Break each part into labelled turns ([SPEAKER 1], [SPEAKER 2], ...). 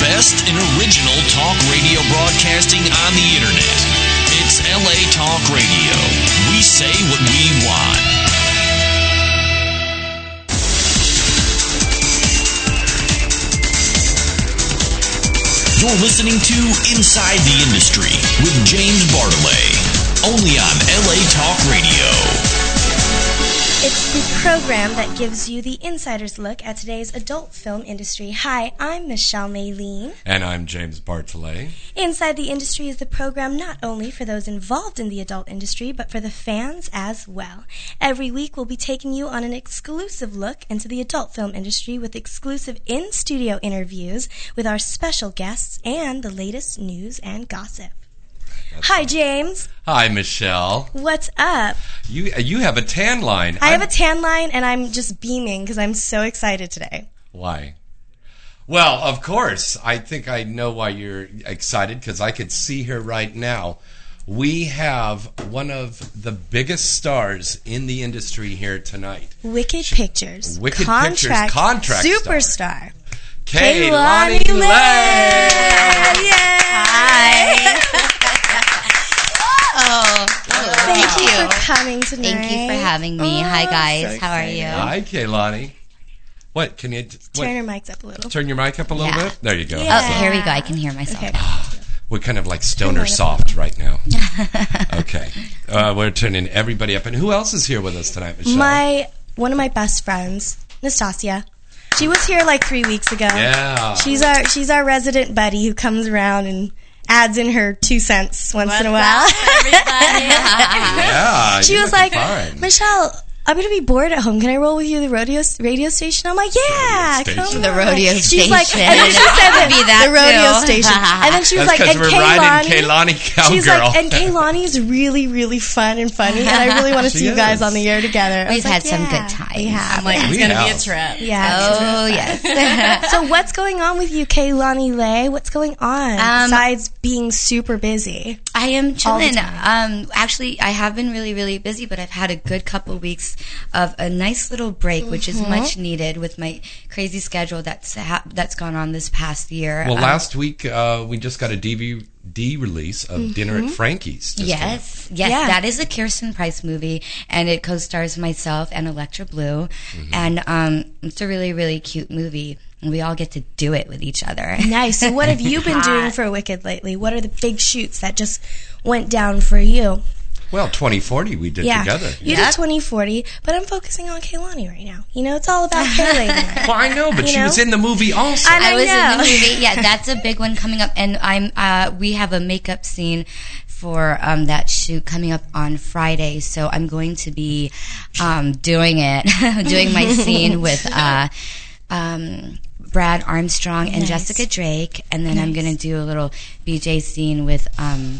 [SPEAKER 1] best in original talk radio broadcasting on the internet. It's LA Talk Radio. We say what we want. You're listening to Inside the Industry with James Bartolet, only on LA Talk Radio.
[SPEAKER 2] It's the program that gives you the insider's look at today's adult film industry. Hi, I'm Michelle Maylene.
[SPEAKER 3] And I'm James Bartolet.
[SPEAKER 2] Inside the Industry is the program not only for those involved in the adult industry, but for the fans as well. Every week, we'll be taking you on an exclusive look into the adult film industry with exclusive in studio interviews with our special guests and the latest news and gossip. Hi, James.
[SPEAKER 3] Hi, Michelle.
[SPEAKER 2] What's up?
[SPEAKER 3] You you have a tan line.
[SPEAKER 2] I have a tan line and I'm just beaming because I'm so excited today.
[SPEAKER 3] Why? Well, of course. I think I know why you're excited because I could see her right now. We have one of the biggest stars in the industry here tonight.
[SPEAKER 2] Wicked Pictures.
[SPEAKER 3] Wicked Pictures contract
[SPEAKER 2] superstar.
[SPEAKER 3] Kehlani
[SPEAKER 2] Kehlani
[SPEAKER 3] Lang.
[SPEAKER 2] Yay! Hi.
[SPEAKER 4] Oh,
[SPEAKER 2] Thank you for coming tonight. Oh,
[SPEAKER 4] thank you for having me. Hi, guys. How are you?
[SPEAKER 3] Hi, Kehlani. What? Can you what-
[SPEAKER 2] Turn your mics up a little.
[SPEAKER 3] turn your mic up a little
[SPEAKER 4] Yeah.
[SPEAKER 3] bit? There you go.
[SPEAKER 2] Yeah.
[SPEAKER 4] Oh, here we go. I can hear myself.
[SPEAKER 2] Okay.
[SPEAKER 3] We're kind of like stoner
[SPEAKER 2] Turn it up.
[SPEAKER 3] soft right now. okay. Uh, we're turning everybody up. And who else is here with us tonight, Michelle?
[SPEAKER 2] My one of my best friends, Nastasia. She was here like three weeks ago.
[SPEAKER 3] yeah.
[SPEAKER 2] She's our she's our resident buddy who comes around and adds in her two cents once in a while.
[SPEAKER 3] yeah.
[SPEAKER 2] she
[SPEAKER 3] you're
[SPEAKER 2] was like,
[SPEAKER 3] looking fine.
[SPEAKER 2] Michelle, I'm gonna be bored at home. Can I roll with you to the rodeo radio station? I'm like, yeah,
[SPEAKER 3] Radio
[SPEAKER 2] come
[SPEAKER 3] station.
[SPEAKER 2] on."
[SPEAKER 4] The rodeo
[SPEAKER 2] She's
[SPEAKER 4] station.
[SPEAKER 2] like, and then she said that,
[SPEAKER 4] Be that
[SPEAKER 2] the rodeo
[SPEAKER 4] too.
[SPEAKER 2] station, and then she was like,
[SPEAKER 3] That's because
[SPEAKER 2] and
[SPEAKER 3] we're
[SPEAKER 2] Kaylani.
[SPEAKER 3] riding Kaylani Cowgirl.
[SPEAKER 2] She's like, and Kaylani is really, really fun and funny, and I really want to
[SPEAKER 3] She
[SPEAKER 2] see you guys
[SPEAKER 3] is.
[SPEAKER 2] on the air together. I was
[SPEAKER 4] We've
[SPEAKER 2] like,
[SPEAKER 4] had some
[SPEAKER 2] "Yeah,
[SPEAKER 4] good times.
[SPEAKER 2] We have.
[SPEAKER 5] I'm like, it's
[SPEAKER 3] We
[SPEAKER 5] gonna be a
[SPEAKER 3] have.
[SPEAKER 5] trip.
[SPEAKER 2] yeah.
[SPEAKER 4] oh yes.
[SPEAKER 2] so what's going on with you, Kaylani Lay? What's going on
[SPEAKER 4] Um,
[SPEAKER 2] besides being super busy?
[SPEAKER 4] I am chilling.
[SPEAKER 2] time.
[SPEAKER 4] Um, actually, I have been really, really busy, but I've had a good couple weeks of a nice little break, which is
[SPEAKER 2] Mm-hmm.
[SPEAKER 4] much needed with my crazy schedule that's ha- that's gone on this past year.
[SPEAKER 3] well,
[SPEAKER 4] Um,
[SPEAKER 3] last week uh, we just got a DVD release of Dinner
[SPEAKER 2] Mm-hmm.
[SPEAKER 3] at Frankie's. just came out.
[SPEAKER 4] Mm-hmm. Yes, yes,
[SPEAKER 2] Yeah.
[SPEAKER 4] that is a Kirsten Price movie, and it co-stars myself and Electra Blue,
[SPEAKER 3] Mm-hmm.
[SPEAKER 4] and um, it's a really, really cute movie, and we all get to do it with each other.
[SPEAKER 2] Nice. So what have you been doing for Wicked lately? What are the big shoots that just went down for you?
[SPEAKER 3] Well, 2040 we did
[SPEAKER 2] Yeah.
[SPEAKER 3] together.
[SPEAKER 2] You did 2040, but I'm focusing on Kaylani right now. You know, it's all about Kaylani.
[SPEAKER 3] Well, I know, but
[SPEAKER 2] You
[SPEAKER 3] she
[SPEAKER 2] know?
[SPEAKER 3] was in the movie also.
[SPEAKER 2] And
[SPEAKER 4] I was in
[SPEAKER 2] know.
[SPEAKER 4] the movie. Yeah, that's a big one coming up, and I'm. Uh, we have a makeup scene for um, that shoot coming up on Friday, so I'm going to be um, doing it, doing my scene with. Uh, um, Brad Armstrong and
[SPEAKER 2] Nice.
[SPEAKER 4] Jessica Drake, and then I'm gonna do a little BJ scene with um,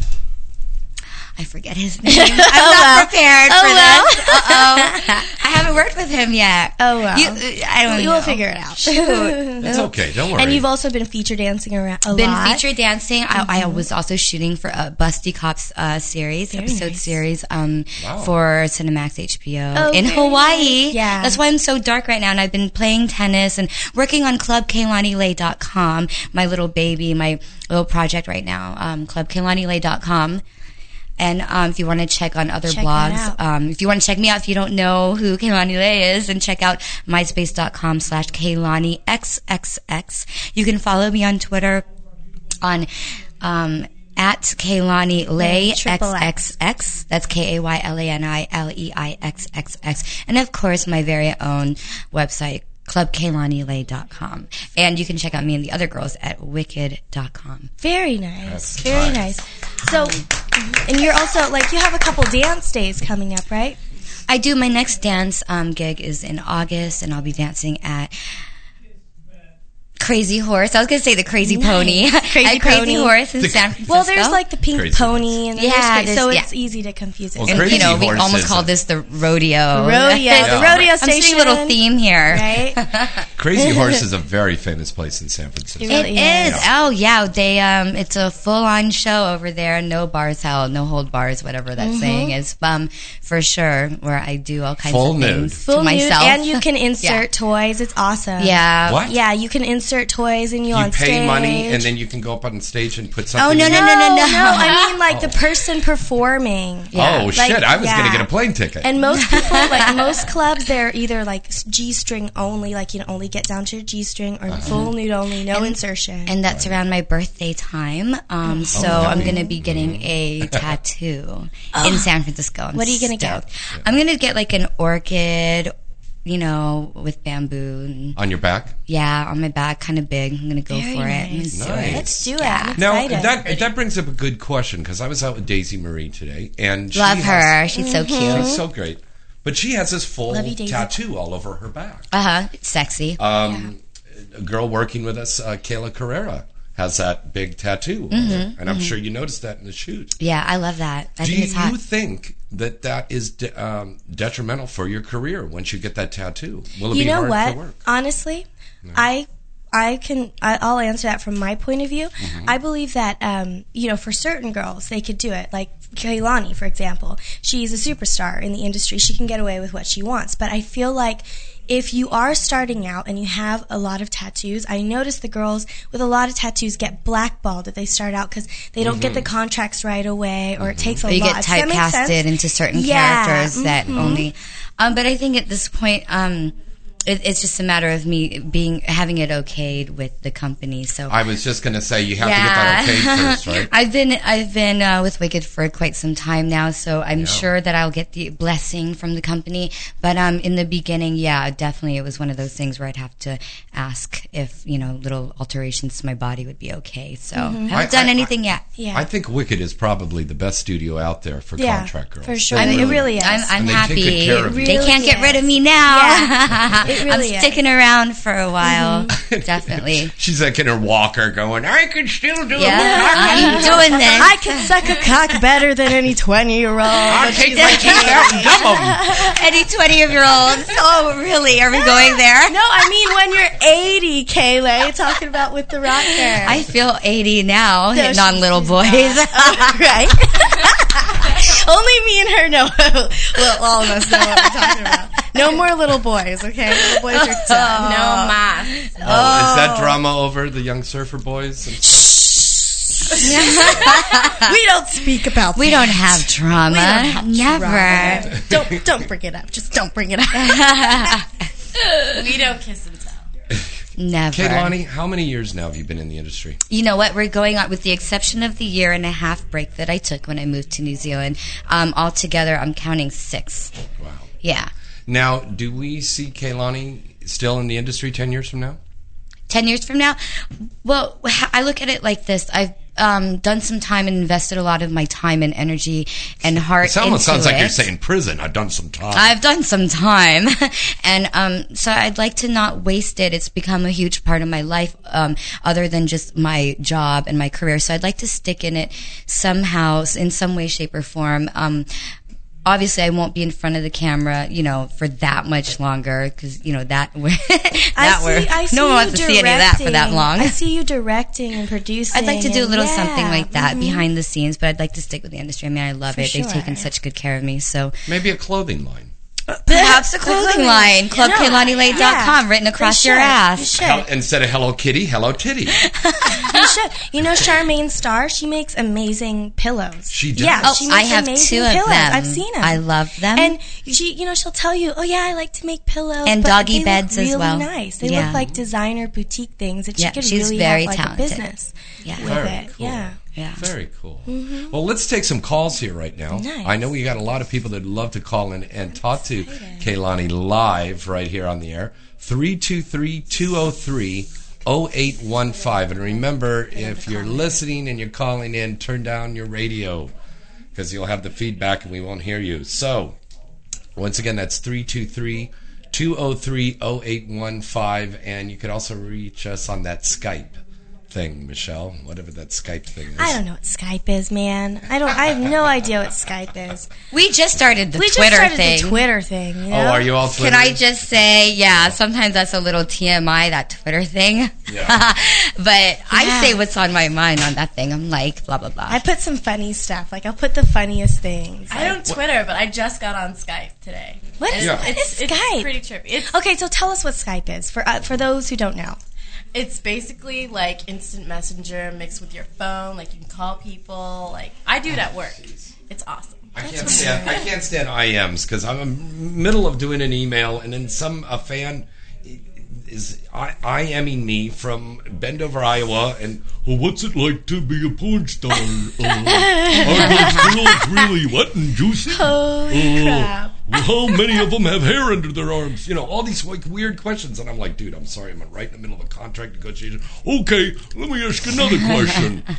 [SPEAKER 4] I forget his name. I'm
[SPEAKER 2] Oh,
[SPEAKER 4] not prepared for this. Uh-oh. I haven't worked with him yet.
[SPEAKER 2] Oh, wow.
[SPEAKER 4] You- I don't
[SPEAKER 2] We
[SPEAKER 4] know.
[SPEAKER 2] will figure it out.
[SPEAKER 3] it's okay. Don't worry.
[SPEAKER 2] And you've also been feature dancing around a
[SPEAKER 4] been
[SPEAKER 2] lot. Mm-hmm.
[SPEAKER 4] feature dancing. I, I was also shooting for a Busty Cops uh, series, episode
[SPEAKER 2] nice.
[SPEAKER 4] series um,
[SPEAKER 3] Wow.
[SPEAKER 4] for Cinemax HBO
[SPEAKER 2] Oh,
[SPEAKER 4] in
[SPEAKER 2] very
[SPEAKER 4] Hawaii.
[SPEAKER 2] nice. Yeah.
[SPEAKER 4] That's why I'm so dark right now. And I've been playing tennis and working on clubkaylanilay.com, my little baby, my little project right now, um, clubkaylanilay.com. And um, if you want to check on other
[SPEAKER 2] Check that
[SPEAKER 4] blogs,
[SPEAKER 2] out.
[SPEAKER 4] um, if you want to check me out, if you don't know who Kaylani Lay is, then check out myspace.com slash Kaylani XXX. You can follow me on Twitter on um, at Kaylani Lay
[SPEAKER 2] Triple
[SPEAKER 4] XXX. That's K A Y L A N I L E I X X X. And of course, my very own website, clubkaylanilay.com. And you can check out me and the other girls at wicked.com.
[SPEAKER 2] Very nice.
[SPEAKER 3] That's
[SPEAKER 2] Very nice. So, and you're also like you have a couple dance days coming up, right?
[SPEAKER 4] I do. My next dance um, gig is in August, and I'll be dancing at Crazy Horse. I was gonna say the Crazy Pony,
[SPEAKER 2] Crazy
[SPEAKER 4] at Crazy
[SPEAKER 2] Pony.
[SPEAKER 4] Horse in San Francisco.
[SPEAKER 2] Well, there's like the pink
[SPEAKER 3] Crazy.
[SPEAKER 2] pony, and then
[SPEAKER 4] Yeah,
[SPEAKER 2] there's cra-
[SPEAKER 4] there's-
[SPEAKER 2] so
[SPEAKER 4] yeah.
[SPEAKER 2] it's easy to confuse it.
[SPEAKER 3] Well,
[SPEAKER 4] And,
[SPEAKER 3] Crazy
[SPEAKER 4] you know, we
[SPEAKER 3] Horse
[SPEAKER 4] almost
[SPEAKER 3] is
[SPEAKER 4] called
[SPEAKER 3] a-
[SPEAKER 4] this the rodeo.
[SPEAKER 2] Rodeo, the
[SPEAKER 3] Yeah.
[SPEAKER 2] rodeo
[SPEAKER 4] I'm
[SPEAKER 2] station.
[SPEAKER 4] seeing a little theme here.
[SPEAKER 2] right?
[SPEAKER 3] Crazy Horse is a very famous place in San Francisco.
[SPEAKER 2] It
[SPEAKER 4] It
[SPEAKER 2] really is.
[SPEAKER 4] is. Oh yeah, they um, it's a full on show over there. No bars held, no hold bars, whatever that saying is. Um, for sure, where I do all kinds
[SPEAKER 3] Full
[SPEAKER 4] of
[SPEAKER 3] nude.
[SPEAKER 4] things
[SPEAKER 2] Full
[SPEAKER 4] to
[SPEAKER 2] nude,
[SPEAKER 4] myself,
[SPEAKER 2] and you can insert toys. It's awesome.
[SPEAKER 4] yeah,
[SPEAKER 3] What?
[SPEAKER 2] Yeah, you can insert toys and you,
[SPEAKER 3] You
[SPEAKER 2] on
[SPEAKER 3] pay
[SPEAKER 2] stage.
[SPEAKER 3] money, and then you can go up on stage and put
[SPEAKER 4] Oh
[SPEAKER 3] something.
[SPEAKER 4] no
[SPEAKER 3] in
[SPEAKER 4] no
[SPEAKER 3] it?
[SPEAKER 4] no no no!
[SPEAKER 2] no, I mean like the person performing.
[SPEAKER 3] Oh
[SPEAKER 2] like,
[SPEAKER 3] shit! I was
[SPEAKER 2] yeah.
[SPEAKER 3] gonna get a plane ticket.
[SPEAKER 2] And most people, like most clubs, they're either like G string only, like you can only get down to your G string, or
[SPEAKER 3] Uh-huh.
[SPEAKER 2] full nude only, no insertion.
[SPEAKER 4] and that's around my birthday time. Um, so I'm
[SPEAKER 3] happy.
[SPEAKER 4] gonna be getting a tattoo in San Francisco. I'm
[SPEAKER 2] What are you gonna get?
[SPEAKER 4] stoked. I'm gonna get like an orchid, you know, with bamboo. And,
[SPEAKER 3] on your back.
[SPEAKER 4] yeah, on my back, kind of big. I'm gonna go
[SPEAKER 2] Very
[SPEAKER 4] for it. Mm,
[SPEAKER 2] nice.
[SPEAKER 4] I'm gonna do it.
[SPEAKER 3] Nice.
[SPEAKER 2] Let's do it. I'm
[SPEAKER 3] Now
[SPEAKER 2] excited.
[SPEAKER 3] that that brings up a good question because I was out with Daisy Marie today, and she
[SPEAKER 4] Love
[SPEAKER 3] has-
[SPEAKER 4] her. She's so cute.
[SPEAKER 3] she's so great, but she has this full
[SPEAKER 2] Love you, Daisy.
[SPEAKER 3] tattoo all over her back.
[SPEAKER 4] Uh huh. It's sexy.
[SPEAKER 3] Um, A girl working with us, uh, Kayla Carrera, has that big tattoo, on her, and I'm sure you noticed that in the shoot.
[SPEAKER 4] yeah, I love that. Mm-hmm. I
[SPEAKER 3] Do
[SPEAKER 4] think it's hot.
[SPEAKER 3] you think that that is de- um, detrimental for your career once you get that tattoo? Will it
[SPEAKER 2] you
[SPEAKER 3] be
[SPEAKER 2] know
[SPEAKER 3] hard
[SPEAKER 2] what?
[SPEAKER 3] for work?
[SPEAKER 2] Honestly, I I can I, I'll answer that from my point of view.
[SPEAKER 3] Mm-hmm.
[SPEAKER 2] I believe that um, you know for certain girls they could do it. Like Kaylani, for example, she's a superstar in the industry. She can get away with what she wants. But I feel like. If you are starting out and you have a lot of tattoos, I notice the girls with a lot of tattoos get blackballed if they start out because they don't get the
[SPEAKER 3] Mm-hmm.
[SPEAKER 2] contracts right away, or it takes a
[SPEAKER 4] you
[SPEAKER 2] lot.
[SPEAKER 4] get
[SPEAKER 2] Does that make sense?
[SPEAKER 4] typecasted into certain
[SPEAKER 2] Yeah, mm-hmm.
[SPEAKER 4] characters that only um, but i think at this point um, it, it's just a matter of me being having it okayed with the company so
[SPEAKER 3] I was just going to say you have to get that okay first, right?
[SPEAKER 4] I've been I've been uh, with Wicked for quite some time now, so I'm sure that I'll get the blessing from the company. But um, in the beginning, yeah, definitely, it was one of those things where I'd have to ask if you know little alterations to my body would be okay. So
[SPEAKER 2] Mm-hmm.
[SPEAKER 4] I haven't
[SPEAKER 3] I-
[SPEAKER 4] done
[SPEAKER 3] I-
[SPEAKER 4] anything yet.
[SPEAKER 2] Yeah,
[SPEAKER 3] I think Wicked is probably the best studio out there for
[SPEAKER 2] yeah,
[SPEAKER 3] contract girls.
[SPEAKER 2] for sure.
[SPEAKER 4] I'm-
[SPEAKER 2] it really is.
[SPEAKER 4] I'm, I'm
[SPEAKER 3] And they take
[SPEAKER 4] happy.
[SPEAKER 3] good care of you.
[SPEAKER 4] they
[SPEAKER 2] Really
[SPEAKER 4] can't get
[SPEAKER 2] is.
[SPEAKER 4] rid of me now.
[SPEAKER 2] Yeah. It really
[SPEAKER 4] I'm
[SPEAKER 2] is. Mm-hmm.
[SPEAKER 4] sticking around for a while. Definitely.
[SPEAKER 3] She's like in her walker going, I could still do
[SPEAKER 4] Yeah,
[SPEAKER 3] it.
[SPEAKER 4] I'm doing this.
[SPEAKER 2] I can suck a cock better than any 20 year old.
[SPEAKER 3] I'll take my teeth out and dump 'em."
[SPEAKER 4] Any 20 year old. Oh, really? Are we going there?
[SPEAKER 2] No, I mean when you're 80, Kayla, talking about with the rocker.
[SPEAKER 4] I feel 80 now, hitting
[SPEAKER 2] she-
[SPEAKER 4] on little
[SPEAKER 2] she's Oh,
[SPEAKER 4] boys.
[SPEAKER 2] right? Only me and her know. well, all of us know what we're talking about. No more little boys, okay? Little boys are done. No, ma.
[SPEAKER 3] Oh, is that drama over the young surfer boys? And stuff?
[SPEAKER 2] We don't speak about.
[SPEAKER 4] we don't have trauma. Never.
[SPEAKER 2] drama. Don't don't bring it up. Just don't bring it up.
[SPEAKER 5] We don't kiss and tell.
[SPEAKER 4] Never.
[SPEAKER 3] Kehlani, how many years now have you been in the industry?
[SPEAKER 4] you know what we're going on with the exception of the year and a half break that i took when i moved to new zealand um, altogether i'm counting six
[SPEAKER 3] Wow.
[SPEAKER 4] yeah
[SPEAKER 3] Now, do we see Kehlani still in the industry 10 years from now?
[SPEAKER 4] 10 years from now well h- i look at it like this i've um, done some time and invested a lot of my time and energy and heart
[SPEAKER 3] It almost
[SPEAKER 4] into
[SPEAKER 3] sounds like you're
[SPEAKER 4] it.
[SPEAKER 3] saying prison. I've done some
[SPEAKER 2] Um,
[SPEAKER 3] time.
[SPEAKER 4] I've done some time, and um, so I'd like to not waste it. It's become a huge part of my life, um, other than just my job and my career. So I'd like to stick in it somehow, s- in some way, shape, or form. Um, obviously, I won't be in front of the camera, you know, for that much longer because you know that that
[SPEAKER 2] I see.
[SPEAKER 4] word-
[SPEAKER 2] I see
[SPEAKER 4] no one wants
[SPEAKER 2] you
[SPEAKER 4] to see any of that for that
[SPEAKER 2] directing.
[SPEAKER 4] long.
[SPEAKER 2] I see you directing and producing.
[SPEAKER 4] I'd like to do a
[SPEAKER 2] and-
[SPEAKER 4] little something
[SPEAKER 2] yeah. mm-hmm.
[SPEAKER 4] like that behind the scenes, but I'd like to stick with the industry. I mean, I love it. They've taken
[SPEAKER 2] sure.
[SPEAKER 4] such good care of me, so
[SPEAKER 3] Maybe a clothing line.
[SPEAKER 4] Perhaps a clothing line, clubkaylonilate.com,
[SPEAKER 2] Yeah.
[SPEAKER 4] written across
[SPEAKER 2] You
[SPEAKER 4] your
[SPEAKER 2] should.
[SPEAKER 4] ass.
[SPEAKER 2] You should.
[SPEAKER 3] Hel- instead of Hello Kitty, Hello Titty.
[SPEAKER 2] You should. You know Charmaine Starr? She makes amazing pillows.
[SPEAKER 3] She does.
[SPEAKER 2] Yeah,
[SPEAKER 4] Oh,
[SPEAKER 2] she makes
[SPEAKER 4] I have
[SPEAKER 2] amazing
[SPEAKER 4] two of
[SPEAKER 2] pillows.
[SPEAKER 4] them.
[SPEAKER 2] I've seen them.
[SPEAKER 4] I love them.
[SPEAKER 2] And she, you know, she'll tell you, "Oh yeah, I like to make pillows
[SPEAKER 4] And
[SPEAKER 2] but
[SPEAKER 4] doggy
[SPEAKER 2] they look
[SPEAKER 4] beds as
[SPEAKER 2] really
[SPEAKER 4] well.
[SPEAKER 2] Nice. They
[SPEAKER 4] Yeah.
[SPEAKER 2] look like designer boutique things, and
[SPEAKER 4] Yeah,
[SPEAKER 2] she could
[SPEAKER 4] she's
[SPEAKER 2] really
[SPEAKER 4] very
[SPEAKER 2] have like
[SPEAKER 4] talented.
[SPEAKER 2] a business
[SPEAKER 4] Yeah.
[SPEAKER 2] with
[SPEAKER 3] Very
[SPEAKER 2] it.
[SPEAKER 3] cool.
[SPEAKER 2] Yeah. Mm-hmm.
[SPEAKER 4] yeah.
[SPEAKER 3] Very cool. Well, let's take some calls here right now.
[SPEAKER 2] Nice.
[SPEAKER 3] I know we got a lot of people that love to call in and talk to Kaylani live right here on the air. 323-203-0815. And remember, if you're listening and you're calling in, turn down your radio because you'll have the feedback and we won't hear you. So, once again, that's 323 203 0815. And you could also reach us on that Skype thing, Michelle, whatever that Skype thing is.
[SPEAKER 2] I don't know what Skype is, man. I don't. I have no idea what Skype is.
[SPEAKER 4] We just started the
[SPEAKER 2] We
[SPEAKER 4] Twitter
[SPEAKER 2] just started
[SPEAKER 4] thing.
[SPEAKER 2] the Twitter thing. You know?
[SPEAKER 3] Oh, are you all Twitter?
[SPEAKER 4] Can I just say, yeah, sometimes that's a little TMI, that Twitter thing.
[SPEAKER 3] Yeah.
[SPEAKER 4] but I say what's on my mind on that thing. I'm like, blah, blah, blah.
[SPEAKER 2] I put some funny stuff. Like I'll put the funniest things.
[SPEAKER 5] I don't Twitter, but I just got on Skype today.
[SPEAKER 2] What is,
[SPEAKER 3] Yeah.
[SPEAKER 2] what is
[SPEAKER 5] It's
[SPEAKER 2] Skype?
[SPEAKER 5] pretty trippy. It's
[SPEAKER 2] Okay, so tell us what Skype is for uh, for those who don't know.
[SPEAKER 5] It's basically like instant messenger mixed with your phone. Like you can call people. Like I do it at work. It's awesome.
[SPEAKER 3] I can't stand I can't stand IMs because I'm in the middle of doing an email and then some a fan is I, IMing me from Bendover, Iowa, and well, what's it like to be a porn star? Uh, are those girls really wet and juicy?
[SPEAKER 4] Mm.
[SPEAKER 2] Holy crap.
[SPEAKER 3] Well, how many of them have hair under their arms? You know, all these like weird questions, and I'm like, dude, I'm sorry, I'm right in the middle of a contract negotiation. Okay, let me ask another question. Uh,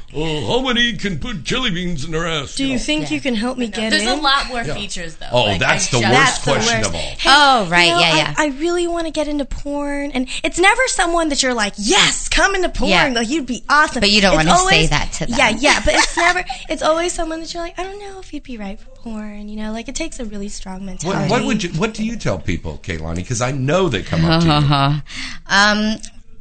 [SPEAKER 3] how many can put jelly beans in their ass?
[SPEAKER 2] Do
[SPEAKER 3] know?
[SPEAKER 2] you think you can help me get
[SPEAKER 5] There's
[SPEAKER 2] in?
[SPEAKER 5] a lot more features though.
[SPEAKER 3] Oh,
[SPEAKER 5] Like,
[SPEAKER 3] that's
[SPEAKER 5] I
[SPEAKER 3] the
[SPEAKER 5] just-
[SPEAKER 3] worst question
[SPEAKER 2] worst.
[SPEAKER 3] of all.
[SPEAKER 2] Hey,
[SPEAKER 4] Oh, right,
[SPEAKER 2] you know,
[SPEAKER 4] yeah,
[SPEAKER 2] I-
[SPEAKER 4] yeah.
[SPEAKER 2] I, really want to get into porn, and it's never someone that you're like, yes, come into porn,
[SPEAKER 4] Yeah.
[SPEAKER 2] like you'd be awesome.
[SPEAKER 4] But you don't
[SPEAKER 2] It's
[SPEAKER 4] wanna say
[SPEAKER 2] always-
[SPEAKER 4] that to them.
[SPEAKER 2] Yeah, yeah, but it's never. It's always someone that you're like, I don't know if you'd be right for porn. You know, like it takes a really strong mentality.
[SPEAKER 3] What, what would you? What do you tell people, Kaylani? Because I know they come up to you.
[SPEAKER 4] Uh-huh. Um,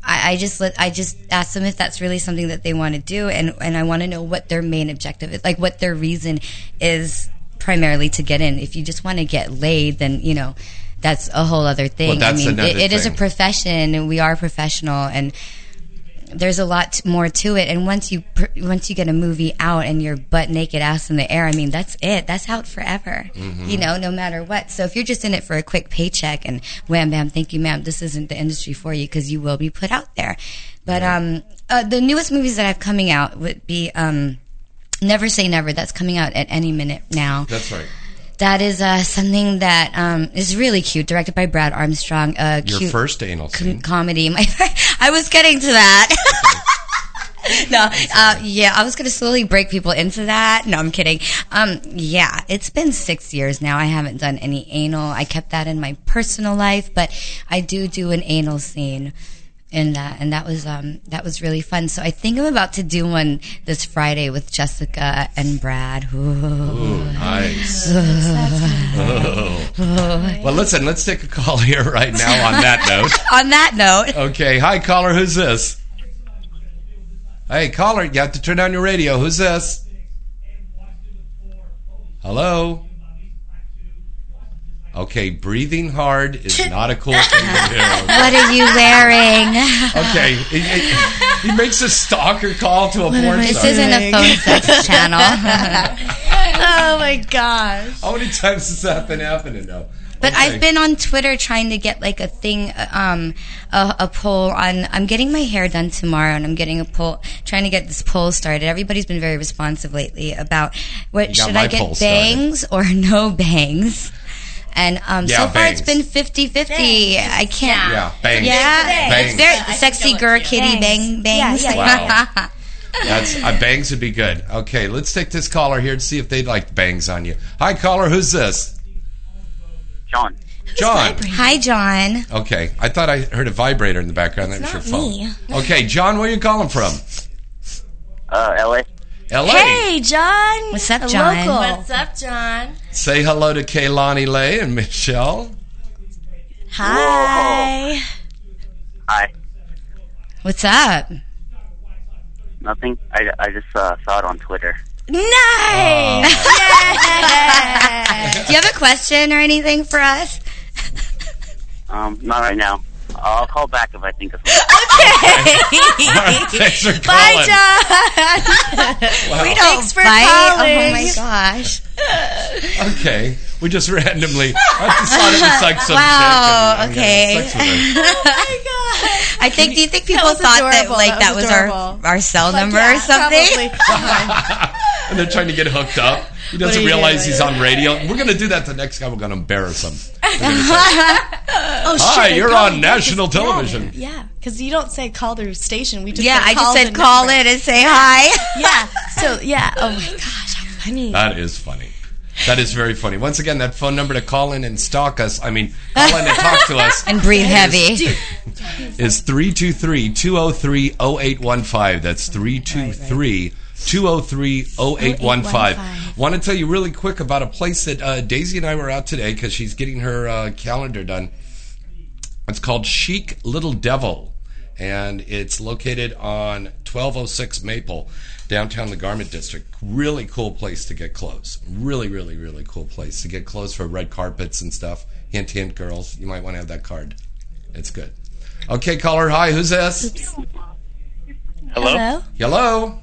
[SPEAKER 4] I, I just let, I just ask them if that's really something that they want to do, and and I want to know what their main objective is, like what their reason is primarily to get in. If you just want to get laid, then you know that's a whole other thing.
[SPEAKER 3] Well, that's
[SPEAKER 4] I mean,
[SPEAKER 3] another
[SPEAKER 4] it, it is a
[SPEAKER 3] thing.
[SPEAKER 4] profession, and we are professional, and there's a lot t- more to it. And once you pr- once you get a movie out and your butt naked ass in the air, I mean that's it. That's out forever.
[SPEAKER 3] Mm-hmm.
[SPEAKER 4] You know, no matter what. So if you're just in it for a quick paycheck and wham bam, thank you, ma'am. This isn't the industry for you because you will be put out there. But um, uh, the newest movies that I've coming out would be um, Never Say Never. That's coming out at any minute now.
[SPEAKER 3] That's right.
[SPEAKER 4] That is uh, something that um, is really cute, directed by Brad Armstrong. Uh,
[SPEAKER 3] Your
[SPEAKER 4] cute
[SPEAKER 3] first anal
[SPEAKER 4] com-
[SPEAKER 3] scene.
[SPEAKER 4] comedy. My, I was getting to that. no, uh, yeah, I was going to slowly break people into that. No, I'm kidding. Um, yeah, it's been six years now. I haven't done any anal. I kept that in my personal life, but I do do an anal scene. in that, and that was um, that was really fun. So I think I'm about to do one this Friday with Jessica and Brad.
[SPEAKER 3] Ooh, nice. Oh. Well, listen. Let's take a call here right now. On that note,
[SPEAKER 4] On that note,
[SPEAKER 3] okay. Hi, caller. Who's this? Hey, caller. You have to turn down your radio. Who's this? Hello. Okay, breathing hard is not a cool thing to do.
[SPEAKER 4] what are you wearing?
[SPEAKER 3] Okay, he, he- he makes a stalker call to a porn
[SPEAKER 4] this
[SPEAKER 3] star.
[SPEAKER 4] isn't a phone sex channel.
[SPEAKER 2] Oh my gosh.
[SPEAKER 3] How many times has that been happening though?
[SPEAKER 4] But
[SPEAKER 3] Okay.
[SPEAKER 4] I've been on Twitter trying to get like a thing, uh, um, a, a poll on. I'm getting my hair done tomorrow, and I'm getting a poll, trying to get this poll started. Everybody's been very responsive lately about what
[SPEAKER 3] You got
[SPEAKER 4] should
[SPEAKER 3] my
[SPEAKER 4] I
[SPEAKER 3] poll
[SPEAKER 4] get
[SPEAKER 3] started.
[SPEAKER 4] bangs or no bangs, and um,
[SPEAKER 3] Yeah,
[SPEAKER 4] so far
[SPEAKER 3] bangs.
[SPEAKER 4] it's been 50-50. I can't.
[SPEAKER 3] Yeah, bang.
[SPEAKER 4] Yeah,
[SPEAKER 3] Bangs.
[SPEAKER 4] it's very
[SPEAKER 5] Yeah, I think
[SPEAKER 4] sexy
[SPEAKER 5] that
[SPEAKER 4] girl
[SPEAKER 5] looks
[SPEAKER 4] kitty
[SPEAKER 2] Bangs.
[SPEAKER 4] bang bangs.
[SPEAKER 2] Yeah,
[SPEAKER 3] yeah, That's uh, bangs would be good. Okay, let's take this caller here and see if they'd like bangs on you. Hi, caller. Who's this?
[SPEAKER 6] John.
[SPEAKER 3] John.
[SPEAKER 4] Hi, John.
[SPEAKER 3] Okay, I thought I heard a vibrator in the background. that was your
[SPEAKER 2] not
[SPEAKER 3] phone.
[SPEAKER 2] me.
[SPEAKER 3] Okay, John, where you calling from?
[SPEAKER 6] Uh, LA.
[SPEAKER 3] L.A.
[SPEAKER 2] Hey, John.
[SPEAKER 4] What's up,
[SPEAKER 2] A
[SPEAKER 4] John?
[SPEAKER 2] Local.
[SPEAKER 5] What's up, John?
[SPEAKER 3] Say hello to Kaylani Lay and Michelle.
[SPEAKER 2] Hi.
[SPEAKER 6] Hi.
[SPEAKER 4] What's up?
[SPEAKER 6] Nothing. I, I just uh, saw it on Twitter.
[SPEAKER 2] Nice.
[SPEAKER 4] Do you have a question or anything for us?
[SPEAKER 6] Um, not right now. I'll call back if I think of something.
[SPEAKER 3] Thanks for calling.
[SPEAKER 2] Hi, John.
[SPEAKER 4] We don't
[SPEAKER 2] Thanks for
[SPEAKER 4] bite. Oh
[SPEAKER 2] calling.
[SPEAKER 4] my gosh.
[SPEAKER 3] Okay, we just randomly. I just thought it was like some Oh,
[SPEAKER 4] Wow,
[SPEAKER 3] chick and I'm
[SPEAKER 4] okay.
[SPEAKER 3] having sex with her.
[SPEAKER 4] I think. Do you think people
[SPEAKER 5] was
[SPEAKER 4] thought that
[SPEAKER 5] adorable.
[SPEAKER 4] like that
[SPEAKER 5] That
[SPEAKER 4] was,
[SPEAKER 5] was
[SPEAKER 4] our
[SPEAKER 5] adorable.
[SPEAKER 4] our cell number or something?
[SPEAKER 3] and they're trying to get hooked up. He doesn't realize he's on radio. We're gonna do that the next guy. We're gonna embarrass him. We're gonna say,
[SPEAKER 2] Oh, shit,
[SPEAKER 3] Hi,
[SPEAKER 2] they
[SPEAKER 3] you're
[SPEAKER 2] called
[SPEAKER 3] on
[SPEAKER 2] me. They just
[SPEAKER 3] national
[SPEAKER 2] called
[SPEAKER 3] television.
[SPEAKER 2] it. Yeah, because you don't say call their station. We just
[SPEAKER 4] yeah,
[SPEAKER 2] say
[SPEAKER 4] I just
[SPEAKER 2] the
[SPEAKER 4] said call
[SPEAKER 2] number.
[SPEAKER 4] in and say hi.
[SPEAKER 2] Yeah. So yeah. Oh my gosh, how funny.
[SPEAKER 3] That is funny. That is very funny. Once again, that phone number to call in and stalk us, I mean, call in and talk to us,
[SPEAKER 4] and breathe heavy.
[SPEAKER 3] is 323 203 0815. That's 323 203 0815. Want to tell you really quick about a place that uh, Daisy and I were out today because she's getting her uh, calendar done. It's called Chic Little Devil, and it's located on 1206 Maple, downtown the Garment District. Really cool place to get clothes. Really, really, really cool place to get clothes for red carpets and stuff. Hint, hint, girls, you might want to have that card. It's good. Okay, caller. Hi, who's this?
[SPEAKER 7] Hello?
[SPEAKER 2] Hello?
[SPEAKER 3] Hello.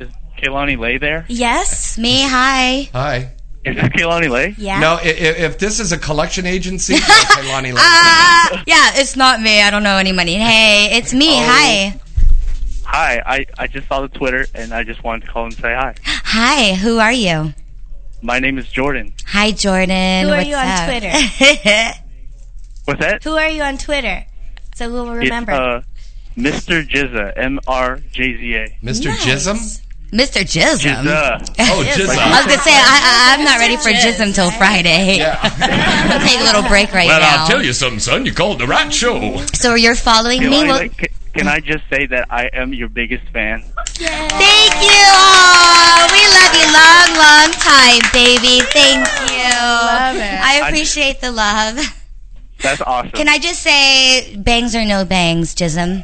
[SPEAKER 7] Is Kaylani Lay there?
[SPEAKER 2] Yes?
[SPEAKER 4] Me, hi.
[SPEAKER 3] Hi.
[SPEAKER 7] Is this Kaylani Lay?
[SPEAKER 2] Yeah?
[SPEAKER 3] No, if, if this is a collection agency, call Kaylani Lay.
[SPEAKER 4] Uh, yeah, it's not me. I don't know any money. Hey, it's me. Hi.
[SPEAKER 7] Hi, I, I just saw the Twitter and I just wanted to call and say hi.
[SPEAKER 4] Hi, who are you?
[SPEAKER 7] My name is Jordan.
[SPEAKER 4] Hi, Jordan.
[SPEAKER 2] Who are
[SPEAKER 4] What's
[SPEAKER 2] you on
[SPEAKER 4] up?
[SPEAKER 2] Twitter?
[SPEAKER 7] What's that?
[SPEAKER 2] Who are you on Twitter? So we'll remember.
[SPEAKER 7] It's, uh, Mr. Jizza, M R J Z A.
[SPEAKER 3] Mr.
[SPEAKER 2] Nice.
[SPEAKER 3] Jism?
[SPEAKER 4] Mr. Jism.
[SPEAKER 7] Jizza.
[SPEAKER 3] Oh,
[SPEAKER 4] I
[SPEAKER 3] Jism.
[SPEAKER 4] was gonna say I, I, I'm not ready for Jism till Friday. I'll take a little break right
[SPEAKER 3] Well,
[SPEAKER 4] now.
[SPEAKER 3] I'll tell you something, son. You called the right show.
[SPEAKER 4] So you're following me?
[SPEAKER 7] Kaylani
[SPEAKER 4] Well,
[SPEAKER 7] Lay, ca- can I just say that I am your biggest fan?
[SPEAKER 4] thank you. Aw, we love you long, long time, baby. Thank you.
[SPEAKER 5] Love it.
[SPEAKER 4] I appreciate the love.
[SPEAKER 7] That's awesome.
[SPEAKER 4] Can I just say bangs or no bangs, Jism?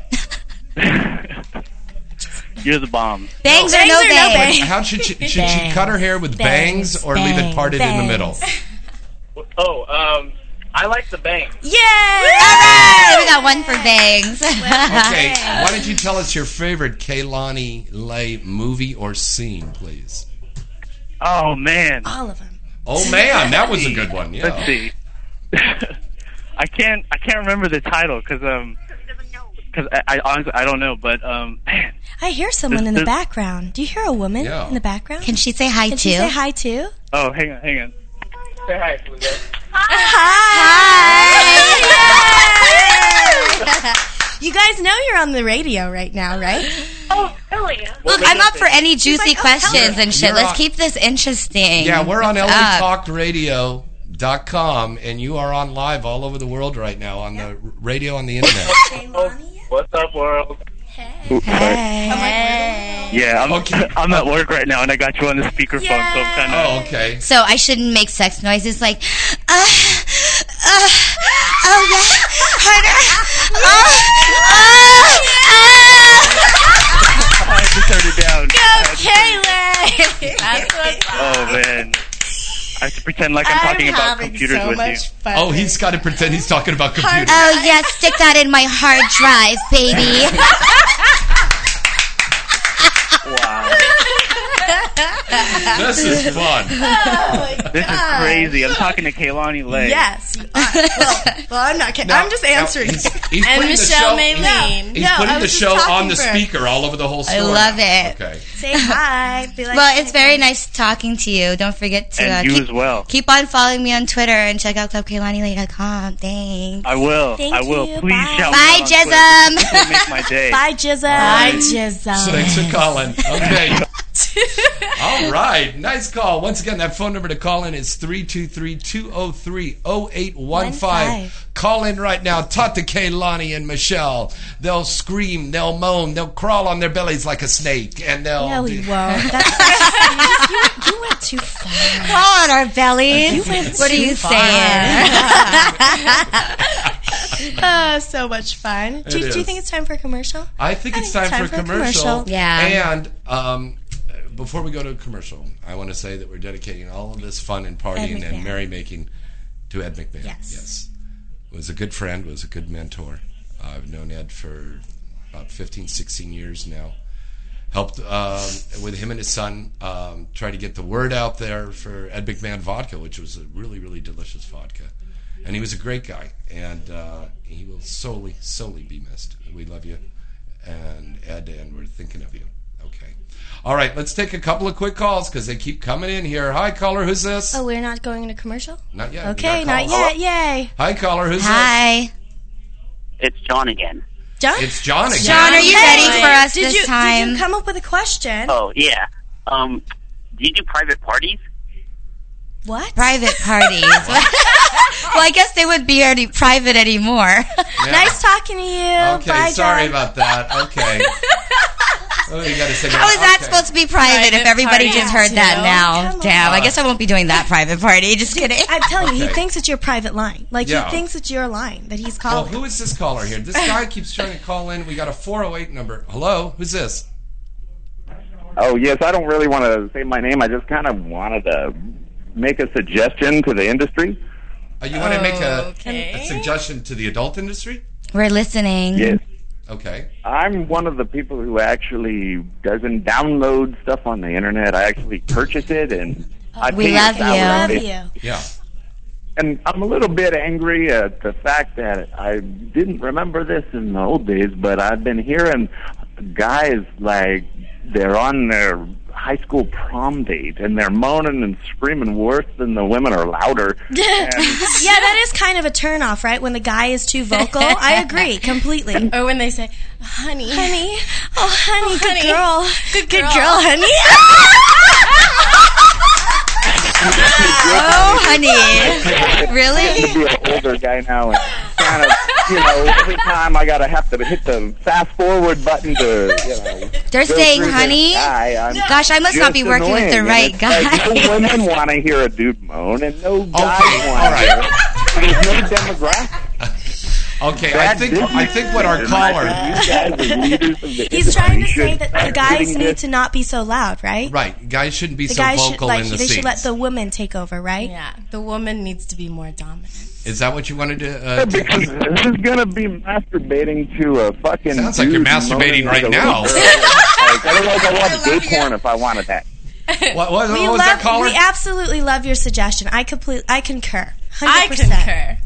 [SPEAKER 7] You're the bomb.
[SPEAKER 4] Bangs or no bangs?
[SPEAKER 3] How should she, should she
[SPEAKER 2] Bangs,
[SPEAKER 3] cut her hair with bangs,
[SPEAKER 2] bangs,
[SPEAKER 3] or leave it
[SPEAKER 2] bangs,
[SPEAKER 3] parted in the middle?
[SPEAKER 7] Oh, um, I like the bank.
[SPEAKER 4] All right, we got one for bangs.
[SPEAKER 3] Okay, why don't you tell us your favorite Kaylani Lay movie or scene, please?
[SPEAKER 7] Oh man.
[SPEAKER 2] All of them.
[SPEAKER 3] Oh man, that was a good one. Yeah.
[SPEAKER 7] Let's see. I can't. I can't remember the title because um, because I, I honestly I don't know. But um, man,
[SPEAKER 2] I hear someone in the
[SPEAKER 7] This- this-
[SPEAKER 2] background. Do you hear a woman
[SPEAKER 3] Yeah.
[SPEAKER 2] in the background?
[SPEAKER 4] Can she say hi
[SPEAKER 2] Can
[SPEAKER 4] too?
[SPEAKER 2] she say hi too?
[SPEAKER 7] oh, hang on, hang on. Say hi, Felicia.
[SPEAKER 2] You guys know you're on the radio right now, right?
[SPEAKER 8] Oh, hell yeah.
[SPEAKER 4] Look, I'm up for any juicy
[SPEAKER 8] like, oh,
[SPEAKER 4] questions and shit.
[SPEAKER 3] You're
[SPEAKER 4] Let's
[SPEAKER 3] on-
[SPEAKER 4] keep this interesting. Uh,
[SPEAKER 3] Yeah, we're on
[SPEAKER 4] What's up?
[SPEAKER 3] LATalkRadio.com, and you are on live all over the world right now on the radio on the internet.
[SPEAKER 7] What's up, world?
[SPEAKER 4] Hey.
[SPEAKER 7] Yeah, I'm
[SPEAKER 3] Okay.
[SPEAKER 7] I'm at work right now, and I got you on the speakerphone, so I'm kind of.
[SPEAKER 3] oh, okay.
[SPEAKER 4] So I shouldn't make sex noises like, uh, uh, oh yeah, harder, oh, uh, uh, uh.
[SPEAKER 7] I just turned it down.
[SPEAKER 5] That's what
[SPEAKER 7] Oh man, I have to pretend like I'm, talking about computers with you.
[SPEAKER 3] Oh, he's got to pretend he's talking about computers.
[SPEAKER 4] Oh yeah, stick that in my hard drive, baby.
[SPEAKER 7] Wow,
[SPEAKER 3] This is fun.
[SPEAKER 7] this is crazy. I'm talking to Kaylani Lay.
[SPEAKER 5] Yes. you are. Well, well, I'm not kidding. I'm just answering.
[SPEAKER 3] He's, he's
[SPEAKER 5] and
[SPEAKER 3] putting
[SPEAKER 5] Michelle
[SPEAKER 3] the show,
[SPEAKER 5] Maylene.
[SPEAKER 3] He's
[SPEAKER 5] No, I
[SPEAKER 3] putting the
[SPEAKER 5] was just
[SPEAKER 3] show
[SPEAKER 5] talking
[SPEAKER 3] on the
[SPEAKER 5] for her.
[SPEAKER 3] speaker all over the whole store.
[SPEAKER 4] I love it.
[SPEAKER 3] Okay.
[SPEAKER 2] Say hi. Be like,
[SPEAKER 4] Well, it's very nice talking to you. Don't forget to uh,
[SPEAKER 7] and you
[SPEAKER 4] keep,
[SPEAKER 7] as well.
[SPEAKER 4] keep on following me on Twitter and check out clubkaylani.com. Thanks.
[SPEAKER 7] I will.
[SPEAKER 2] Thank
[SPEAKER 7] I will.
[SPEAKER 2] you.
[SPEAKER 7] Please
[SPEAKER 2] Bye.
[SPEAKER 7] shout
[SPEAKER 4] Bye,
[SPEAKER 7] me out
[SPEAKER 4] Jism.
[SPEAKER 7] on Twitter. This will make my day.
[SPEAKER 2] bye, Jizza. Bye, Jizza.
[SPEAKER 3] So thanks for calling. Okay. All right. Nice call. Once again, that phone number to call in is 323-203-0815. Call in right now. Talk to Kaylani and Michelle. They'll scream. They'll moan. They'll crawl on their bellies like a snake. And they'll...
[SPEAKER 2] No, we
[SPEAKER 3] do-
[SPEAKER 2] won't. That's, you, just- you, you went too far.
[SPEAKER 4] on our bellies.
[SPEAKER 2] You went
[SPEAKER 4] what are
[SPEAKER 2] too
[SPEAKER 4] you
[SPEAKER 2] far.
[SPEAKER 4] saying?
[SPEAKER 5] Uh, so much fun.
[SPEAKER 2] Do, you- do you
[SPEAKER 3] is.
[SPEAKER 2] think it's time for a commercial?
[SPEAKER 3] I think it's time, for, a commercial.
[SPEAKER 4] Yeah.
[SPEAKER 3] And um, before we go to a commercial, I want to say that we're dedicating all of this fun and partying
[SPEAKER 2] McMahon.
[SPEAKER 3] and merrymaking to Ed McMahon.
[SPEAKER 2] Yes.
[SPEAKER 3] Yes. Was a good friend, was a good mentor. Uh, I've known Ed for about 15, 16 years now. Helped um, with him and his son um, try to get the word out there for Ed McMahon vodka, which was a really, really delicious vodka. And he was a great guy, and uh, he will solely, solely be missed. We love you and Ed, and we're thinking of you. Okay. All right, let's take a couple of quick calls because they keep coming in here. Hi, caller, who's this?
[SPEAKER 2] Oh, we're not going into commercial?
[SPEAKER 3] Not yet.
[SPEAKER 2] Okay,
[SPEAKER 3] We got
[SPEAKER 2] not
[SPEAKER 3] calls.
[SPEAKER 2] yet. Yay.
[SPEAKER 3] Hi, caller, who's
[SPEAKER 4] Hi.
[SPEAKER 6] It's John again.
[SPEAKER 2] John?
[SPEAKER 3] this? It's John again.
[SPEAKER 4] John, are you ready for us
[SPEAKER 2] did
[SPEAKER 4] this
[SPEAKER 2] you,
[SPEAKER 4] time?
[SPEAKER 2] Did you come up with a question?
[SPEAKER 6] Oh, yeah. Um, do you do private parties?
[SPEAKER 2] What?
[SPEAKER 4] private parties. well, I guess they would be already private anymore.
[SPEAKER 3] Yeah.
[SPEAKER 2] Nice talking to you.
[SPEAKER 3] Okay,
[SPEAKER 2] oh, Bye,
[SPEAKER 3] sorry
[SPEAKER 2] John.
[SPEAKER 3] about that. Okay. oh, you got to say
[SPEAKER 4] How is that supposed to be private, if
[SPEAKER 5] Private
[SPEAKER 4] everybody
[SPEAKER 5] party.
[SPEAKER 4] just heard that
[SPEAKER 2] Yeah,
[SPEAKER 4] now?
[SPEAKER 2] come
[SPEAKER 4] Damn,
[SPEAKER 3] on.
[SPEAKER 4] I guess I won't be doing that private party. Just kidding.
[SPEAKER 2] I'm telling you, he
[SPEAKER 3] Okay.
[SPEAKER 2] thinks it's your private line. Like,
[SPEAKER 3] Yeah.
[SPEAKER 2] he thinks it's your line that he's
[SPEAKER 3] Well,
[SPEAKER 2] calling.
[SPEAKER 3] Oh, who is this caller here? This guy keeps trying to call in. We got a 408 number. Hello, who's this?
[SPEAKER 9] Oh yes, I don't really want to say my name. I just kind of wanted to make a suggestion to the industry.
[SPEAKER 3] Uh, you want to make a,
[SPEAKER 5] Okay.
[SPEAKER 3] a suggestion to the adult industry?
[SPEAKER 4] We're listening.
[SPEAKER 9] Yes.
[SPEAKER 3] Okay.
[SPEAKER 9] I'm one of the people who actually doesn't download stuff on the internet. I actually purchase it and I
[SPEAKER 4] Oh, We
[SPEAKER 9] pay a
[SPEAKER 4] love you.
[SPEAKER 9] salary.
[SPEAKER 2] Love you.
[SPEAKER 3] Yeah.
[SPEAKER 9] And I'm a little bit angry at the fact that I didn't remember this in the old days, but I've been hearing guys like they're on their high school prom date and they're moaning and screaming worse than the women are louder. And
[SPEAKER 2] Yeah, that is kind of a turnoff, right? When the guy is too vocal. I agree completely.
[SPEAKER 5] Or when they say, honey.
[SPEAKER 2] honey. Oh, honey. good
[SPEAKER 5] honey.
[SPEAKER 2] girl. Good,
[SPEAKER 5] girl.
[SPEAKER 2] honey.
[SPEAKER 4] Oh, honey.
[SPEAKER 9] I'm
[SPEAKER 4] really?
[SPEAKER 9] gonna be an older guy now, and kind of, you know, every time I gotta have to hit the fast forward button to, you know.
[SPEAKER 4] They're
[SPEAKER 9] go
[SPEAKER 4] saying,
[SPEAKER 9] through this
[SPEAKER 4] honey.
[SPEAKER 9] guy, I'm
[SPEAKER 4] Gosh, I must
[SPEAKER 9] just
[SPEAKER 4] not be working with the
[SPEAKER 9] annoying, and
[SPEAKER 4] right
[SPEAKER 9] it's
[SPEAKER 4] guy.
[SPEAKER 9] Like, no women want to hear a dude moan, and no guys
[SPEAKER 3] Okay,
[SPEAKER 9] want
[SPEAKER 3] all
[SPEAKER 9] to
[SPEAKER 3] right.
[SPEAKER 9] hear it. There's no demographic.
[SPEAKER 3] Okay. I
[SPEAKER 9] That
[SPEAKER 3] think
[SPEAKER 9] didn't-
[SPEAKER 3] I think what our
[SPEAKER 9] And I
[SPEAKER 3] caller.
[SPEAKER 9] think You guys are leaders of the
[SPEAKER 2] He's trying to
[SPEAKER 9] industry.
[SPEAKER 2] say
[SPEAKER 9] Should
[SPEAKER 2] that the
[SPEAKER 9] start
[SPEAKER 2] guys
[SPEAKER 9] doing
[SPEAKER 2] need
[SPEAKER 9] this.
[SPEAKER 2] to not be so loud, right?
[SPEAKER 3] Right, guys shouldn't be
[SPEAKER 2] The
[SPEAKER 3] so
[SPEAKER 2] guys should
[SPEAKER 3] vocal
[SPEAKER 2] like
[SPEAKER 3] in the
[SPEAKER 2] they should let
[SPEAKER 3] scenes.
[SPEAKER 2] the women take over, right?
[SPEAKER 5] Yeah, the woman needs to be more dominant.
[SPEAKER 3] Is that what you wanted to? Uh, do?
[SPEAKER 9] Because this is gonna be masturbating to a fucking.
[SPEAKER 3] Sounds like
[SPEAKER 9] dude
[SPEAKER 3] you're masturbating
[SPEAKER 9] moaning
[SPEAKER 3] right
[SPEAKER 9] like a
[SPEAKER 3] now.
[SPEAKER 9] little girl. Like, I don't know if I watch gay porn if I wanted that.
[SPEAKER 3] what, what- what
[SPEAKER 2] We
[SPEAKER 3] was that
[SPEAKER 2] love.
[SPEAKER 3] caller?
[SPEAKER 2] We absolutely love your suggestion. I complete. I concur. 100%.
[SPEAKER 5] I concur.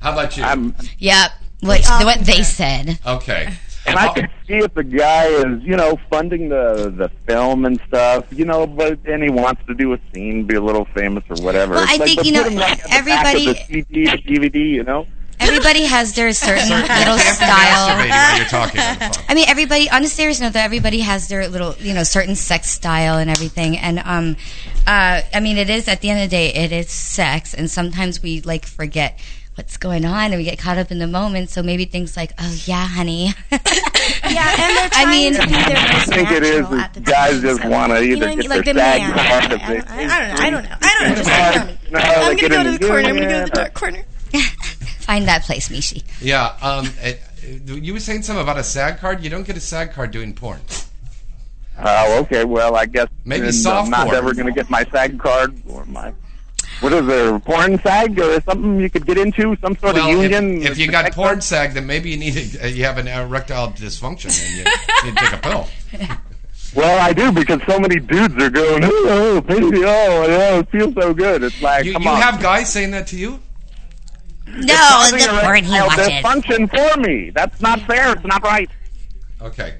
[SPEAKER 3] How about you?
[SPEAKER 9] I'm
[SPEAKER 4] Yep. What,
[SPEAKER 2] all
[SPEAKER 4] what they said.
[SPEAKER 3] okay.
[SPEAKER 9] And I could see if the guy is, you know, funding the the film and stuff, you know, but and he wants to do a scene, be a little famous or whatever.
[SPEAKER 4] Well,
[SPEAKER 9] It's
[SPEAKER 4] I
[SPEAKER 9] like,
[SPEAKER 4] think,
[SPEAKER 9] but
[SPEAKER 4] you know,
[SPEAKER 9] put him, like, at the back
[SPEAKER 4] everybody-
[SPEAKER 9] of the CD, DVD, you know.
[SPEAKER 4] Everybody has their certain little
[SPEAKER 3] Masturbating
[SPEAKER 4] style.
[SPEAKER 3] while you're talking on the phone.
[SPEAKER 4] I mean, everybody. On a serious note, though, everybody has their little, you know, certain sex style and everything. And um, uh, I mean, it is at the end of the day, it is sex, and sometimes we like forget what's going on and we get caught up in the moment. So maybe things like, "Oh yeah, honey."
[SPEAKER 2] Yeah, and they're
[SPEAKER 4] I
[SPEAKER 2] trying
[SPEAKER 4] mean-
[SPEAKER 2] to be their
[SPEAKER 9] I
[SPEAKER 2] most
[SPEAKER 9] think it is.
[SPEAKER 2] natural
[SPEAKER 9] is
[SPEAKER 2] at the
[SPEAKER 9] guys
[SPEAKER 2] time,
[SPEAKER 9] just
[SPEAKER 2] so-
[SPEAKER 9] want to either
[SPEAKER 2] you know what I mean?
[SPEAKER 9] get
[SPEAKER 2] like the
[SPEAKER 9] their sag
[SPEAKER 2] man.
[SPEAKER 9] part of
[SPEAKER 2] I
[SPEAKER 9] it.
[SPEAKER 2] don't, I don't know. I don't know. I don't know. Just tell me.
[SPEAKER 9] You know,
[SPEAKER 2] I'm
[SPEAKER 9] they
[SPEAKER 2] gonna
[SPEAKER 9] get
[SPEAKER 2] go
[SPEAKER 9] in
[SPEAKER 2] to
[SPEAKER 9] the
[SPEAKER 2] the corner. I'm gonna
[SPEAKER 9] gym
[SPEAKER 2] go to the
[SPEAKER 9] or-
[SPEAKER 2] dark corner.
[SPEAKER 4] Find that place, Mishi.
[SPEAKER 3] Yeah. Um, it- you were saying something about a SAG card. You don't get a SAG card doing porn.
[SPEAKER 9] Oh, okay. Well, I guess
[SPEAKER 3] Maybe
[SPEAKER 9] then
[SPEAKER 3] soft
[SPEAKER 9] I'm not
[SPEAKER 3] porn.
[SPEAKER 9] ever going to get my SAG card or my. What is there, porn SAG or something you could get into? Some sort
[SPEAKER 3] Well,
[SPEAKER 9] of
[SPEAKER 3] if-
[SPEAKER 9] union?
[SPEAKER 3] if, you got
[SPEAKER 9] protect
[SPEAKER 3] porn
[SPEAKER 9] us?
[SPEAKER 3] SAG, then maybe you need a, you have an erectile dysfunction and you need to take a pill.
[SPEAKER 9] Well, I do because so many dudes are going, oh, baby, oh, yeah, it feels so good. It's like,
[SPEAKER 3] You,
[SPEAKER 9] come
[SPEAKER 3] you
[SPEAKER 9] on.
[SPEAKER 3] have guys saying that to you?
[SPEAKER 4] No, the porn he
[SPEAKER 9] Now,
[SPEAKER 4] watches.
[SPEAKER 9] this function for me. That's not fair. It's not right.
[SPEAKER 3] Okay.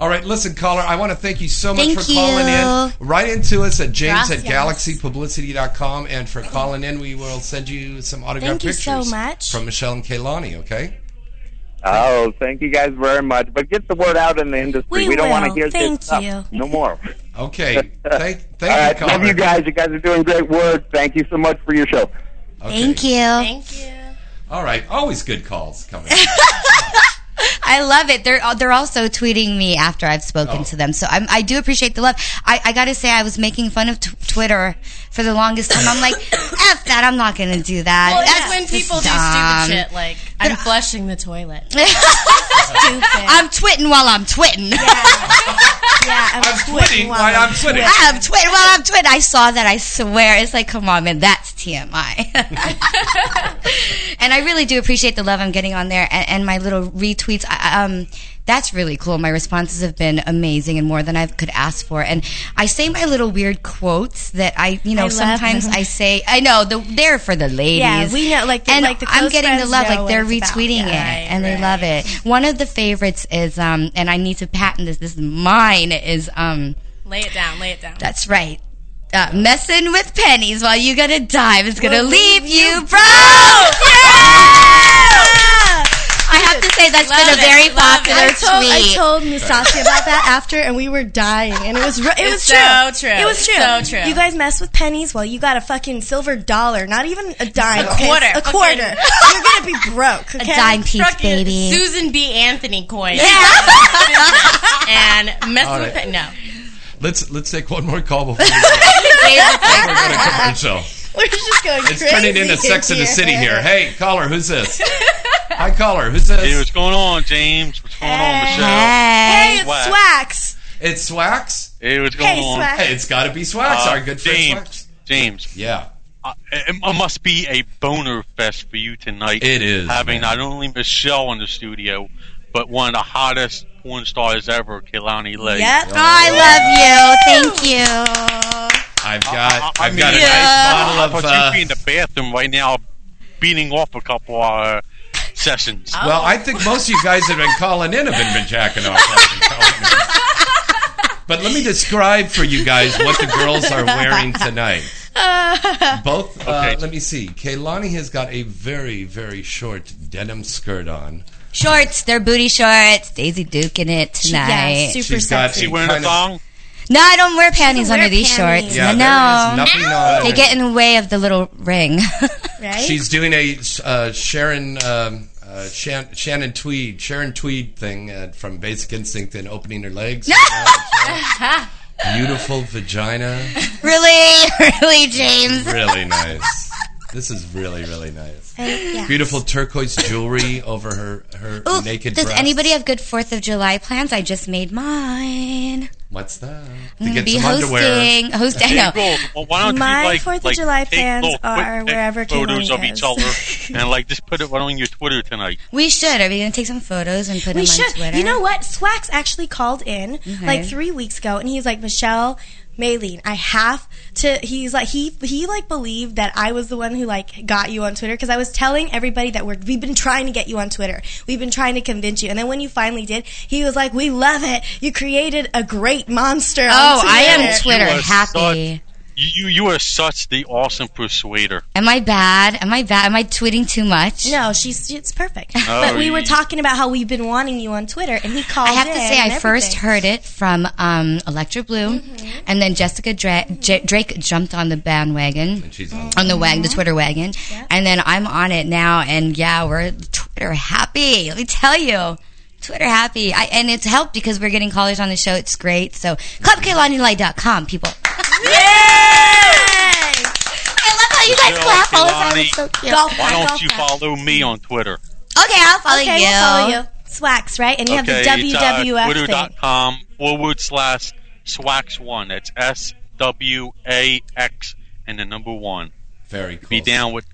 [SPEAKER 3] All right, listen, caller, I want to thank you so much
[SPEAKER 4] Thank
[SPEAKER 3] for calling
[SPEAKER 4] you.
[SPEAKER 3] in. Right into us at james at
[SPEAKER 5] Gracias.
[SPEAKER 3] galaxypublicity.com and for calling in, we will send you some autographed
[SPEAKER 2] Thank you
[SPEAKER 3] pictures
[SPEAKER 2] so much.
[SPEAKER 3] from Michelle and Kaylani, okay?
[SPEAKER 9] Oh, thank you guys very much. But get the word out in the industry.
[SPEAKER 2] We
[SPEAKER 9] We, don't want
[SPEAKER 2] will.
[SPEAKER 9] to hear
[SPEAKER 2] Thank
[SPEAKER 9] this stuff
[SPEAKER 2] you.
[SPEAKER 9] no more.
[SPEAKER 3] Okay. Thank, thank you,
[SPEAKER 9] All right,
[SPEAKER 3] caller.
[SPEAKER 9] love you guys. You guys are doing great work. Thank you so much for your show.
[SPEAKER 3] Okay.
[SPEAKER 4] Thank you.
[SPEAKER 5] Thank you.
[SPEAKER 3] All right, always good calls coming.
[SPEAKER 4] I love it. They're uh, they're also tweeting me after I've spoken
[SPEAKER 3] Oh.
[SPEAKER 4] to them, so I'm, I do appreciate the love. I, I got to say, I was making fun of t- Twitter for the longest time. I'm like, f that. I'm not going to do that.
[SPEAKER 5] Well,
[SPEAKER 4] That's
[SPEAKER 5] it's when
[SPEAKER 4] just
[SPEAKER 5] people do
[SPEAKER 4] dumb."
[SPEAKER 5] stupid shit like I'm flushing the toilet.
[SPEAKER 4] I'm twitting while I'm twitting.
[SPEAKER 2] Yeah, I'm,
[SPEAKER 3] I'm quitting
[SPEAKER 2] while
[SPEAKER 3] while I'm quitting.
[SPEAKER 4] I'm twitting while I'm twitting. I saw that. I swear. It's like, come on, man. That's TMI. and I really do appreciate the love I'm getting on there and, and my little retweets. I, I- um, that's really cool. My responses have been amazing and more than I could ask for. And I say my little weird quotes that I, you know,
[SPEAKER 2] love
[SPEAKER 4] sometimes
[SPEAKER 2] them.
[SPEAKER 4] I say, I know, the, they're for the ladies.
[SPEAKER 2] Yeah, we know, like, the-
[SPEAKER 4] and
[SPEAKER 2] like the
[SPEAKER 4] I'm
[SPEAKER 2] close
[SPEAKER 4] getting the
[SPEAKER 2] friends
[SPEAKER 4] love.
[SPEAKER 2] know
[SPEAKER 4] Like
[SPEAKER 2] what
[SPEAKER 4] they're
[SPEAKER 2] it's about.
[SPEAKER 4] retweeting
[SPEAKER 2] Yeah.
[SPEAKER 4] it
[SPEAKER 5] Right,
[SPEAKER 4] and they
[SPEAKER 5] right.
[SPEAKER 4] love it. One of the favorites is, um, and I need to patent this. This is mine. Is um,
[SPEAKER 5] Lay it down. Lay it down.
[SPEAKER 4] that's right. Uh, messing with pennies while you got a dime is gonna
[SPEAKER 2] Will
[SPEAKER 4] leave,
[SPEAKER 2] leave
[SPEAKER 4] you
[SPEAKER 2] you
[SPEAKER 4] broke.
[SPEAKER 2] Ah!
[SPEAKER 4] Yeah! I have to say that's
[SPEAKER 5] Love
[SPEAKER 4] been a
[SPEAKER 5] it,
[SPEAKER 4] very
[SPEAKER 5] love
[SPEAKER 4] popular
[SPEAKER 5] it.
[SPEAKER 2] I told, I
[SPEAKER 4] tweet.
[SPEAKER 2] told Misasi about that after, and we were dying, and it was ru- it was
[SPEAKER 5] It's
[SPEAKER 2] true.
[SPEAKER 5] so true.
[SPEAKER 2] It was true.
[SPEAKER 5] So true.
[SPEAKER 2] You guys mess with pennies. Well, you got a fucking silver dollar, not even a dime,
[SPEAKER 5] A
[SPEAKER 2] okay?
[SPEAKER 5] quarter.
[SPEAKER 2] a quarter. You're gonna be broke. Okay?
[SPEAKER 4] a dime piece,
[SPEAKER 5] Fuck you,
[SPEAKER 4] baby.
[SPEAKER 5] Susan B. Anthony coin. and mess
[SPEAKER 3] All
[SPEAKER 5] with
[SPEAKER 3] right.
[SPEAKER 5] it. No.
[SPEAKER 3] Let's let's take one more call before we go to commercial.
[SPEAKER 2] We're just going
[SPEAKER 3] It's
[SPEAKER 2] crazy.
[SPEAKER 3] turning into
[SPEAKER 2] in
[SPEAKER 3] Sex in the
[SPEAKER 2] here.
[SPEAKER 3] City here. Hey, caller, who's this? Hi, caller, who's this?
[SPEAKER 8] Hey, what's going on, James? What's going on, Michelle?
[SPEAKER 2] Hey,
[SPEAKER 4] Hey.
[SPEAKER 2] it's
[SPEAKER 8] Swax.
[SPEAKER 2] Swax.
[SPEAKER 3] It's Swax.
[SPEAKER 8] Hey, what's going
[SPEAKER 2] Hey,
[SPEAKER 8] on?
[SPEAKER 2] Swax.
[SPEAKER 3] Hey, it's got to be Swax,
[SPEAKER 8] Uh,
[SPEAKER 3] our good friend
[SPEAKER 8] James.
[SPEAKER 3] Swax.
[SPEAKER 8] James,
[SPEAKER 3] Yeah.
[SPEAKER 8] I- it it must be a boner fest for you tonight.
[SPEAKER 3] It is,
[SPEAKER 8] having
[SPEAKER 3] man.
[SPEAKER 8] not only Michelle in the studio, but one of the hottest porn stars ever, Kehlani Lee.
[SPEAKER 2] Yep.
[SPEAKER 4] Oh, I love you. Thank you.
[SPEAKER 3] I've got
[SPEAKER 8] I
[SPEAKER 3] I've got a
[SPEAKER 8] mean-
[SPEAKER 4] Yeah.
[SPEAKER 3] nice bottle
[SPEAKER 8] But
[SPEAKER 3] of. Uh,
[SPEAKER 8] you'd be in the bathroom right now, beating off a couple uh, sessions.
[SPEAKER 3] well, I think most of you guys have been calling in have been, been jacking off. but let me describe for you guys what the girls are wearing tonight. Both. Uh,
[SPEAKER 8] Okay.
[SPEAKER 3] Let me see. Kaylani has got a very very short denim skirt on.
[SPEAKER 4] Shorts, they're booty shorts. Daisy Duke in it
[SPEAKER 5] yeah,
[SPEAKER 4] tonight.
[SPEAKER 5] super
[SPEAKER 3] She's got
[SPEAKER 5] sexy.
[SPEAKER 8] you wearing a
[SPEAKER 3] kind of-
[SPEAKER 8] thong?
[SPEAKER 4] no, I don't wear panties
[SPEAKER 2] doesn't
[SPEAKER 4] under
[SPEAKER 2] wear
[SPEAKER 4] these
[SPEAKER 2] panties.
[SPEAKER 4] shorts.
[SPEAKER 3] Yeah,
[SPEAKER 4] no,
[SPEAKER 3] there is nothing on.
[SPEAKER 4] they get in the way of the little ring.
[SPEAKER 2] right?
[SPEAKER 3] She's doing a uh, Sharon um, uh, Shan- Shannon Tweed Sharon Tweed thing uh, from Basic Instinct and opening her legs. Beautiful vagina,
[SPEAKER 4] really, really, James. Uh,
[SPEAKER 3] really nice. This is really really nice.
[SPEAKER 2] yeah.
[SPEAKER 3] Beautiful turquoise jewelry over her her
[SPEAKER 4] Ooh,
[SPEAKER 3] naked.
[SPEAKER 4] does
[SPEAKER 3] breasts.
[SPEAKER 4] anybody have good Fourth of July plans? I just made mine.
[SPEAKER 3] What's that?
[SPEAKER 4] I'm
[SPEAKER 3] to
[SPEAKER 4] gonna
[SPEAKER 3] get
[SPEAKER 4] Mm, be
[SPEAKER 3] some underwear.
[SPEAKER 4] hosting. Host, I know.
[SPEAKER 8] April, well, why don't
[SPEAKER 2] My
[SPEAKER 8] you like,
[SPEAKER 2] Fourth of
[SPEAKER 8] like,
[SPEAKER 2] July
[SPEAKER 8] take
[SPEAKER 2] plans
[SPEAKER 8] little quick
[SPEAKER 2] are wherever
[SPEAKER 8] photos of
[SPEAKER 2] Kehlani
[SPEAKER 8] each
[SPEAKER 2] goes.
[SPEAKER 8] other and like just put it right on your Twitter tonight.
[SPEAKER 4] We should. Are we gonna take some photos and put
[SPEAKER 2] We
[SPEAKER 4] them
[SPEAKER 2] should.
[SPEAKER 4] on Twitter?
[SPEAKER 2] You know what? Swax actually called in like
[SPEAKER 4] Okay.
[SPEAKER 2] three weeks ago, and he's like, Michelle, Maylene, I have to. He's like, he he like believed that I was the one who like got you on Twitter because I was telling everybody that we're we've been trying to get you on Twitter. We've been trying to convince you, and then when you finally did, he was like, "We love it. You created a great monster." on
[SPEAKER 4] Oh, I am
[SPEAKER 2] Twitter."
[SPEAKER 4] Twitter
[SPEAKER 8] You are
[SPEAKER 4] happy.
[SPEAKER 8] You, you you are such the awesome persuader.
[SPEAKER 4] Am I bad? Am I bad? Am I tweeting too much?
[SPEAKER 2] No, she's it's perfect. but we were
[SPEAKER 8] Oh, you-
[SPEAKER 2] talking about how we've been wanting you on Twitter, and he called.
[SPEAKER 4] I have to
[SPEAKER 2] in
[SPEAKER 4] say,
[SPEAKER 2] and
[SPEAKER 4] I first
[SPEAKER 2] everything. Mm-hmm.
[SPEAKER 4] heard it from um, Electra Blue, and then Jessica Dra- J- Drake jumped on the bandwagon,
[SPEAKER 3] And she's on.
[SPEAKER 4] on the wagon, the Twitter wagon, and then I'm on it now. And yeah, we're Twitter happy. Let me tell you, Twitter happy, I, and it's helped because we're getting callers on the show. It's great. So clubklonulite.com, people.
[SPEAKER 2] Yay!
[SPEAKER 4] I love how you guys
[SPEAKER 8] Michelle,
[SPEAKER 4] clap all the time.
[SPEAKER 8] Kehlani.
[SPEAKER 4] It's so cute.
[SPEAKER 2] Golf
[SPEAKER 8] Why
[SPEAKER 2] bag,
[SPEAKER 8] don't
[SPEAKER 2] golf
[SPEAKER 8] you
[SPEAKER 2] bag.
[SPEAKER 8] follow me on Twitter?
[SPEAKER 4] Okay, I'll follow
[SPEAKER 2] okay,
[SPEAKER 4] you.
[SPEAKER 2] we'll follow you. Swax, right? And you
[SPEAKER 8] okay,
[SPEAKER 2] have the
[SPEAKER 8] it's,
[SPEAKER 2] WWF
[SPEAKER 8] uh,
[SPEAKER 2] thing.
[SPEAKER 8] Twitter.com forward slash swax one. That's S W A X and the number one.
[SPEAKER 3] Very cool.
[SPEAKER 8] Be down with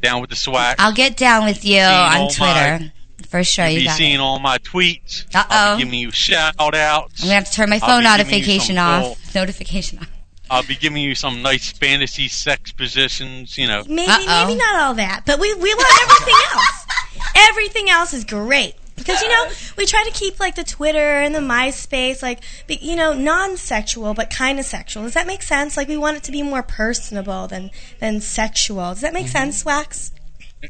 [SPEAKER 8] down with the swax.
[SPEAKER 4] I'll get down with you
[SPEAKER 8] all
[SPEAKER 4] on
[SPEAKER 8] my-
[SPEAKER 4] Twitter for sure.
[SPEAKER 8] You'll
[SPEAKER 4] You
[SPEAKER 8] be
[SPEAKER 4] got it.
[SPEAKER 8] seeing all my tweets.
[SPEAKER 4] Uh-oh.
[SPEAKER 8] I'll be giving you shout outs.
[SPEAKER 4] I'm gonna have to turn my
[SPEAKER 8] I'll
[SPEAKER 4] phone
[SPEAKER 8] be giving
[SPEAKER 4] notification
[SPEAKER 8] you some
[SPEAKER 4] off.
[SPEAKER 8] full-
[SPEAKER 4] Notification off.
[SPEAKER 8] I'll be giving you some nice fantasy sex positions, you know.
[SPEAKER 2] Maybe,
[SPEAKER 4] Uh-oh.
[SPEAKER 2] maybe not all that, but we we want everything else. Everything else is great because you know we try to keep like the Twitter and the MySpace like be, you know non-sexual but kind of sexual. Does that make sense? Like we want it to be more personable than than sexual. Does that make sense, Wax?
[SPEAKER 8] Yeah.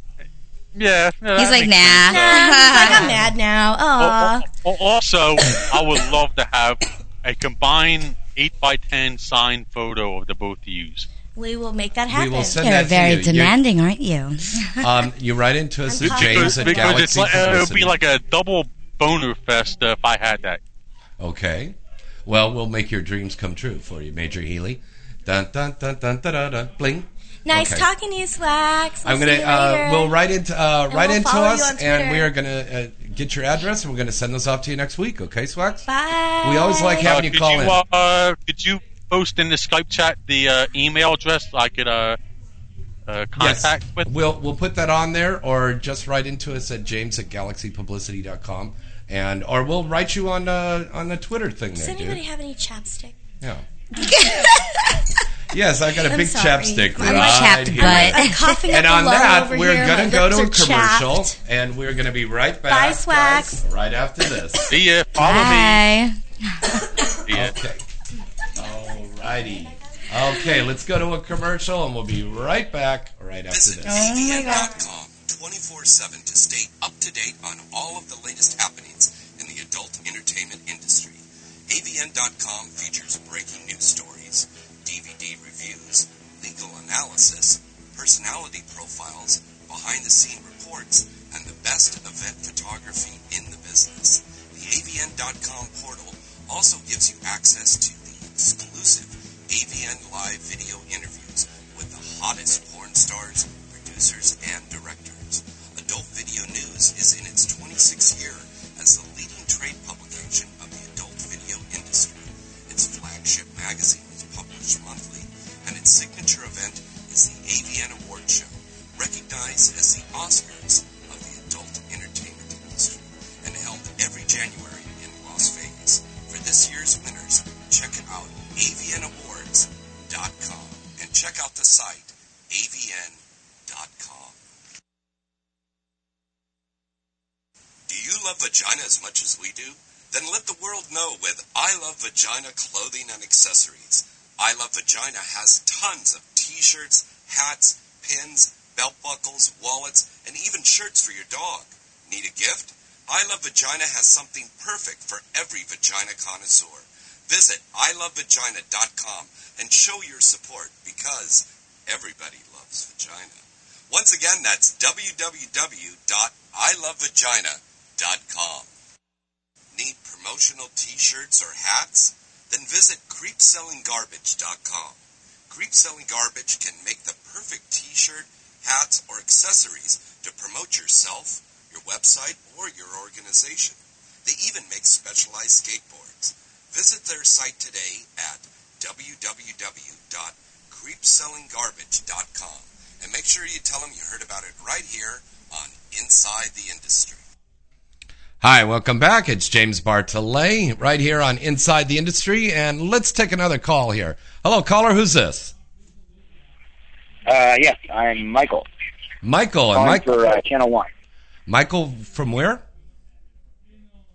[SPEAKER 8] yeah,
[SPEAKER 4] Mm-hmm. He's
[SPEAKER 8] that
[SPEAKER 4] like,
[SPEAKER 8] makes
[SPEAKER 4] nah.
[SPEAKER 8] sense.
[SPEAKER 2] Nah, he's like I'm mad now.
[SPEAKER 3] Oh,
[SPEAKER 2] Aw.
[SPEAKER 8] Al- al- Also, I would love to have a combined 8 by 10 signed photo of the both of you.
[SPEAKER 2] we will make that
[SPEAKER 3] We
[SPEAKER 2] happen.
[SPEAKER 3] will send
[SPEAKER 4] You're
[SPEAKER 3] that
[SPEAKER 4] very
[SPEAKER 3] to you. You're-
[SPEAKER 4] demanding, aren't you?
[SPEAKER 3] Um, you write into us at
[SPEAKER 2] Because-
[SPEAKER 3] James at
[SPEAKER 8] because it's
[SPEAKER 3] Galaxy.
[SPEAKER 8] like, uh, it would be
[SPEAKER 3] Publicity.
[SPEAKER 8] like a double boner fest uh, if I had that.
[SPEAKER 3] Okay. Well, we'll make your dreams come true for you, Major Healy. Dun dun dun dun dun dun. dun bling.
[SPEAKER 2] nice
[SPEAKER 3] Okay.
[SPEAKER 2] talking to you, Swax. I'll
[SPEAKER 3] I'm
[SPEAKER 2] see
[SPEAKER 3] gonna.
[SPEAKER 2] you
[SPEAKER 3] Uh,
[SPEAKER 2] later.
[SPEAKER 3] we'll write into uh, write
[SPEAKER 2] we'll
[SPEAKER 3] into
[SPEAKER 2] follow you on
[SPEAKER 3] us,
[SPEAKER 2] Twitter.
[SPEAKER 3] and we are gonna uh, get your address, and we're gonna send those off to you next week. Okay, Swax.
[SPEAKER 2] Bye.
[SPEAKER 3] We always like
[SPEAKER 8] Uh,
[SPEAKER 3] having
[SPEAKER 8] could
[SPEAKER 3] you call
[SPEAKER 8] you,
[SPEAKER 3] in.
[SPEAKER 8] uh, could you post in the Skype chat the uh, email address I could uh, uh,
[SPEAKER 3] Yes.
[SPEAKER 8] contact with?
[SPEAKER 3] We'll we'll put that on there, or just write into us at James at GalaxyPublicity.com, and or we'll write you on uh, on the Twitter thing
[SPEAKER 2] Does
[SPEAKER 3] there,
[SPEAKER 2] anybody
[SPEAKER 3] dude.
[SPEAKER 2] have any chapstick?
[SPEAKER 3] Yeah. yes, I got a
[SPEAKER 2] I'm
[SPEAKER 3] big
[SPEAKER 2] sorry.
[SPEAKER 3] chapstick
[SPEAKER 2] I'm
[SPEAKER 4] a
[SPEAKER 3] right
[SPEAKER 4] chapped
[SPEAKER 3] here.
[SPEAKER 4] butt.
[SPEAKER 2] I'm coughing
[SPEAKER 3] And
[SPEAKER 2] up
[SPEAKER 3] on
[SPEAKER 2] the lung
[SPEAKER 3] that,
[SPEAKER 2] over
[SPEAKER 3] we're
[SPEAKER 2] here.
[SPEAKER 3] gonna
[SPEAKER 2] My
[SPEAKER 3] go to a
[SPEAKER 2] lips are
[SPEAKER 3] commercial,
[SPEAKER 2] chapped.
[SPEAKER 3] and we're gonna be right back.
[SPEAKER 2] Bye,
[SPEAKER 3] guys,
[SPEAKER 2] Swax.
[SPEAKER 3] Right after this.
[SPEAKER 8] See ya. Follow
[SPEAKER 4] Hi.
[SPEAKER 8] me. See ya.
[SPEAKER 3] Okay. Alrighty. Okay, let's go to a commercial and we'll be right back right after
[SPEAKER 10] Visit
[SPEAKER 3] this.
[SPEAKER 10] ADN.com 24 7 to stay up to date on all of the latest happenings in the adult entertainment industry. AVN.com features breaking news stories, DVD reviews, legal analysis, personality profiles, behind the scene reports, and the best event photography in the business. The AVN.com portal also gives you access to the exclusive AVN Live video interviews with the hottest porn stars, producers, and directors. Adult Video News is in its 26th year as the leading trade publication of the adult video industry. Its flagship magazine is published monthly, and its signature event is the AVN Award Show, recognized as the Oscars of the adult entertainment industry, and held every January in Las Vegas. For this year's winners, check out avnawards.com and check out the site avn.com. Do you love vagina as much as we do? Then let the world know with I Love Vagina clothing and accessories. I Love Vagina has tons of t shirts, hats, pins, belt buckles, wallets, and even shirts for your dog. Need a gift? I Love Vagina has something perfect for every vagina connoisseur. Visit ilovevagina.com and show your support because everybody loves vagina. Once again, that's www.ilovevagina.com. Need promotional t shirts or hats? Then visit creepsellinggarbage.com. Creep Selling Garbage can make the perfect t shirt, hats, or accessories to promote yourself, your website, or your organization. They even make specialized skateboards. Visit their site today at www.creepsellinggarbage.com and make sure you tell them you heard about it right here on Inside the Industry.
[SPEAKER 3] Hi, welcome back. It's James Bartolet right here on Inside the Industry, and let's take another call here. Hello, caller. Who's this?
[SPEAKER 11] Uh, yes, I'm Michael.
[SPEAKER 3] Michael. And
[SPEAKER 11] Calling
[SPEAKER 3] Michael.
[SPEAKER 11] for uh, Channel One.
[SPEAKER 3] Michael from where?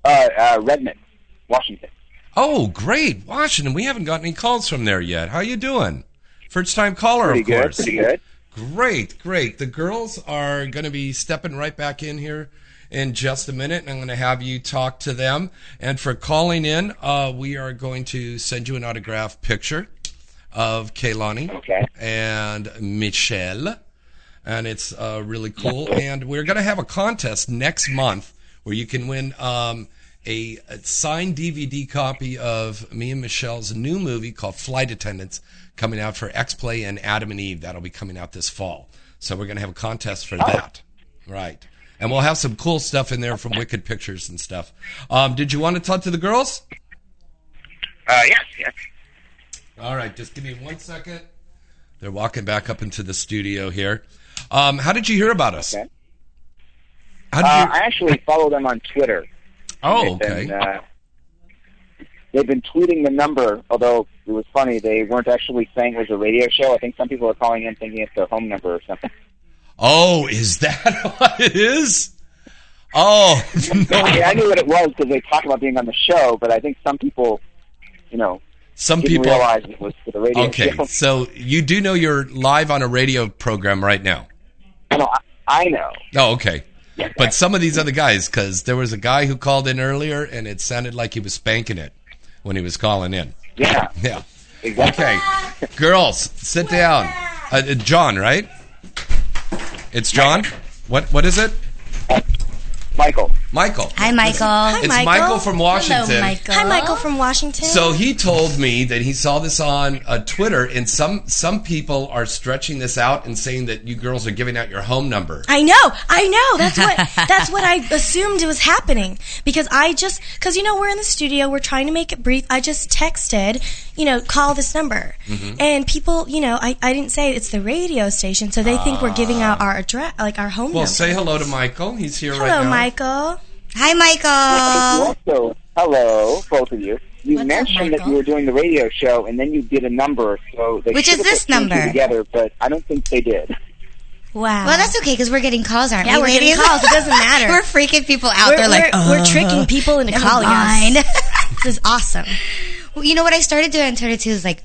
[SPEAKER 11] Uh, uh, Redmond, Washington.
[SPEAKER 3] Oh, great, Washington. We haven't got any calls from there yet. How you doing? First time caller,
[SPEAKER 11] Pretty
[SPEAKER 3] of
[SPEAKER 11] good,
[SPEAKER 3] course.
[SPEAKER 11] pretty good.
[SPEAKER 3] Great, great. The girls are going to be stepping right back in here in just a minute, and I'm going to have you talk to them. And for calling in, uh, we are going to send you an autographed picture of Kaylani and Michelle, and it's uh, really cool. And we're going to have a contest next month where you can win um, a, a signed DVD copy of me and Michelle's new movie called Flight Attendants, coming out for X Play and Adam and Eve. That'll be coming out this fall. So we're going to have a contest for
[SPEAKER 11] Oh.
[SPEAKER 3] that, right? And we'll have some cool stuff in there from Wicked Pictures and stuff. Um, did you want to talk to the girls?
[SPEAKER 11] Uh, yes, yes.
[SPEAKER 3] All right, just give me one second. They're walking back up into the studio here. Um, how did you hear about us? How did
[SPEAKER 11] Uh,
[SPEAKER 3] you?
[SPEAKER 11] I actually follow them on Twitter.
[SPEAKER 3] Oh,
[SPEAKER 11] They've
[SPEAKER 3] okay.
[SPEAKER 11] Been, uh, they've been tweeting the number, although it was funny, they weren't actually saying it was a radio show. I think some people are calling in thinking it's their home number or something.
[SPEAKER 3] Oh, is that what it is? Oh,
[SPEAKER 11] I, I knew what it was because they talked about being on the show, but I think some people, you know,
[SPEAKER 3] Some
[SPEAKER 11] didn't
[SPEAKER 3] people-
[SPEAKER 11] realize it was for the radio
[SPEAKER 3] Okay,
[SPEAKER 11] show.
[SPEAKER 3] so you do know you're live on a radio program right now.
[SPEAKER 11] I know. I know.
[SPEAKER 3] Oh, okay. But some of these other guys, because there was a guy who called in earlier, and it sounded like he was spanking it when he was calling in.
[SPEAKER 11] Yeah.
[SPEAKER 3] Yeah.
[SPEAKER 11] Exactly.
[SPEAKER 3] Okay, girls, sit down. Uh, uh, John, right? It's John. What? What is it?
[SPEAKER 11] Michael.
[SPEAKER 3] Michael.
[SPEAKER 4] Hi, Michael. Hi,
[SPEAKER 3] It's Michael, from Washington.
[SPEAKER 2] Hi, Michael from Washington.
[SPEAKER 3] So he told me that he saw this on uh, Twitter, and some some people are stretching this out and saying that you girls are giving out your home number.
[SPEAKER 2] I know, I know. That's what that's what I assumed it was happening because I just because you know we're in the studio, we're trying to make it brief. I just texted, you know, call this number,
[SPEAKER 3] Mm-hmm.
[SPEAKER 12] Mhm.
[SPEAKER 2] and people, you know, I, I didn't say it's the radio station, so they think we're giving out our address, like our home
[SPEAKER 3] Well,
[SPEAKER 2] number.
[SPEAKER 3] say hello to Michael. He's here
[SPEAKER 2] Hello,
[SPEAKER 3] right now.
[SPEAKER 2] Michael.
[SPEAKER 4] Hi, Michael.
[SPEAKER 11] Also, hello, both of you. You mentioned that you were doing the radio show, and then you did a number, so they
[SPEAKER 4] Which
[SPEAKER 11] should have
[SPEAKER 4] is this
[SPEAKER 11] put two and two
[SPEAKER 4] number?
[SPEAKER 11] together, but I don't think they did.
[SPEAKER 2] Wow.
[SPEAKER 4] Well, that's okay because we're getting calls, aren't
[SPEAKER 2] Yeah,
[SPEAKER 4] we?
[SPEAKER 2] we're getting
[SPEAKER 4] ladies?
[SPEAKER 2] calls. It doesn't matter.
[SPEAKER 4] we're freaking people out.
[SPEAKER 2] We're-
[SPEAKER 4] They're like,
[SPEAKER 2] we're- we're
[SPEAKER 4] "Uh,
[SPEAKER 2] tricking people into
[SPEAKER 4] never
[SPEAKER 2] calling us."
[SPEAKER 4] mind."
[SPEAKER 2] this is awesome.
[SPEAKER 4] Well, you know what I started doing on Twitter too is like,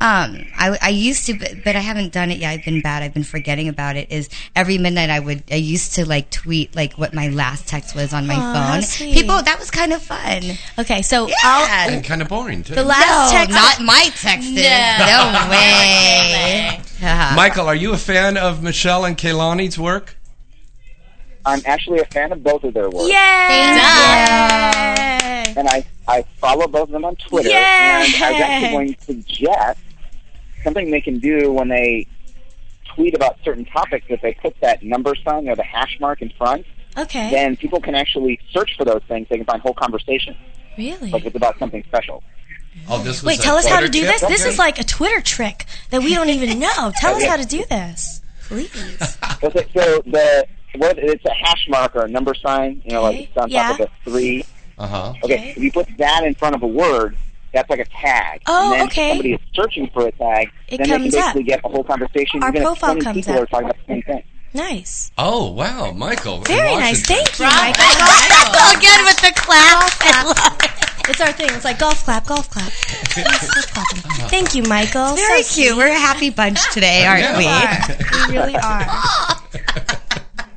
[SPEAKER 4] um, I, I used to, but, but I haven't done it yet. I've been bad. I've been forgetting about it. Is every midnight I would I used to like tweet like what my last text was on my
[SPEAKER 2] Aw, how
[SPEAKER 4] phone.
[SPEAKER 2] sweet.
[SPEAKER 4] People, that was kind of fun.
[SPEAKER 2] Okay, so
[SPEAKER 4] yeah.
[SPEAKER 3] And kind of boring too.
[SPEAKER 4] The
[SPEAKER 2] last
[SPEAKER 4] no,
[SPEAKER 2] text-
[SPEAKER 4] not my text. No, no way.
[SPEAKER 2] Uh-huh.
[SPEAKER 3] Michael, are you a fan of Michelle and Kaylani's work?
[SPEAKER 11] I'm actually a fan of both of their work.
[SPEAKER 2] Yay!
[SPEAKER 11] And I, I follow both of them on Twitter,
[SPEAKER 2] Yay!
[SPEAKER 11] and I was actually going to suggest something they can do when they tweet about certain topics that they put that number sign or the hash mark in front.
[SPEAKER 2] Okay.
[SPEAKER 11] Then people can actually search for those things. They can find whole conversations,
[SPEAKER 2] really?
[SPEAKER 11] like it's about something special.
[SPEAKER 3] Oh, this was
[SPEAKER 2] Wait,
[SPEAKER 3] a
[SPEAKER 2] tell us how to
[SPEAKER 3] Twitter
[SPEAKER 2] do
[SPEAKER 3] tip?
[SPEAKER 2] this. This is like a Twitter trick that we don't even know. Tell us how to do this, please.
[SPEAKER 11] Okay, so the what it's a hash mark or a number sign, you know, like it's on
[SPEAKER 2] yeah.
[SPEAKER 11] top of a three.
[SPEAKER 3] Uh huh.
[SPEAKER 11] Okay, if you put that in front of a word, that's like a tag.
[SPEAKER 2] Oh,
[SPEAKER 11] and then
[SPEAKER 2] okay.
[SPEAKER 11] If somebody is searching for a tag,
[SPEAKER 2] It
[SPEAKER 11] then
[SPEAKER 2] comes
[SPEAKER 11] they
[SPEAKER 2] up.
[SPEAKER 11] can basically get a whole conversation.
[SPEAKER 2] Our
[SPEAKER 11] Even if
[SPEAKER 2] profile
[SPEAKER 11] 20
[SPEAKER 2] comes
[SPEAKER 11] people
[SPEAKER 2] up.
[SPEAKER 11] are talking about the same thing.
[SPEAKER 2] Nice.
[SPEAKER 3] Oh wow, Michael. in
[SPEAKER 2] Very nice.
[SPEAKER 3] Washington.
[SPEAKER 2] Thank you, Michael. Golf clap. Again with the clap. I love it. It's our thing. It's like golf clap, golf clap. golf clapping. Thank you, Michael.
[SPEAKER 4] Very
[SPEAKER 2] So
[SPEAKER 4] cute. We're a happy bunch today, aren't
[SPEAKER 3] Yeah.
[SPEAKER 4] we?
[SPEAKER 2] We really are.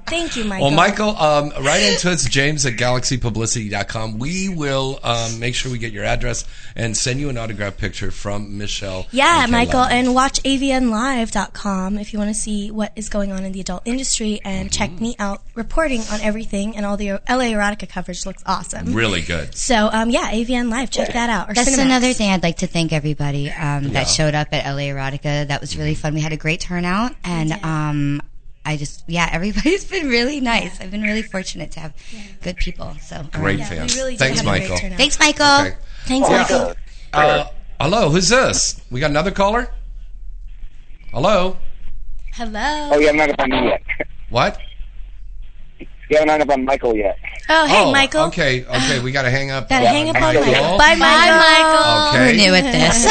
[SPEAKER 2] Thank you, Michael.
[SPEAKER 3] Well, Michael, um, right into it's James at galaxypublicity.com. We will um, make sure we get your address and send you an autograph picture from Michelle.
[SPEAKER 2] Yeah,
[SPEAKER 3] Michaela.
[SPEAKER 2] Michael, and watch avnlive.com if you want to see what is going on in the adult industry and check me out reporting on everything and all the LA erotica coverage looks awesome.
[SPEAKER 3] Really good.
[SPEAKER 2] So, um, yeah, AVN Live, check that out. Or
[SPEAKER 4] That's
[SPEAKER 2] Cinemax.
[SPEAKER 4] another thing I'd like to thank everybody um,
[SPEAKER 2] Yeah.
[SPEAKER 4] that showed up at LA Erotica. That was really fun. We had a great turnout, and um, I just yeah, everybody's been really nice. I've been really fortunate to have good people. So all
[SPEAKER 3] Great
[SPEAKER 4] right.
[SPEAKER 3] fans. Thanks, Michael.
[SPEAKER 4] Thanks, Michael.
[SPEAKER 3] Okay. Yeah. Uh, hello, who's this? We got another caller? Hello?
[SPEAKER 2] Hello.
[SPEAKER 11] Oh, you haven't hung up on me yet.
[SPEAKER 3] What?
[SPEAKER 11] You haven't hung up on Michael yet.
[SPEAKER 2] Oh, hey, Michael.
[SPEAKER 3] Okay, okay, we got to hang up.
[SPEAKER 2] Gotta
[SPEAKER 3] on
[SPEAKER 2] hang up on Michael. Bye, Michael.
[SPEAKER 3] Okay.
[SPEAKER 4] We're new at this.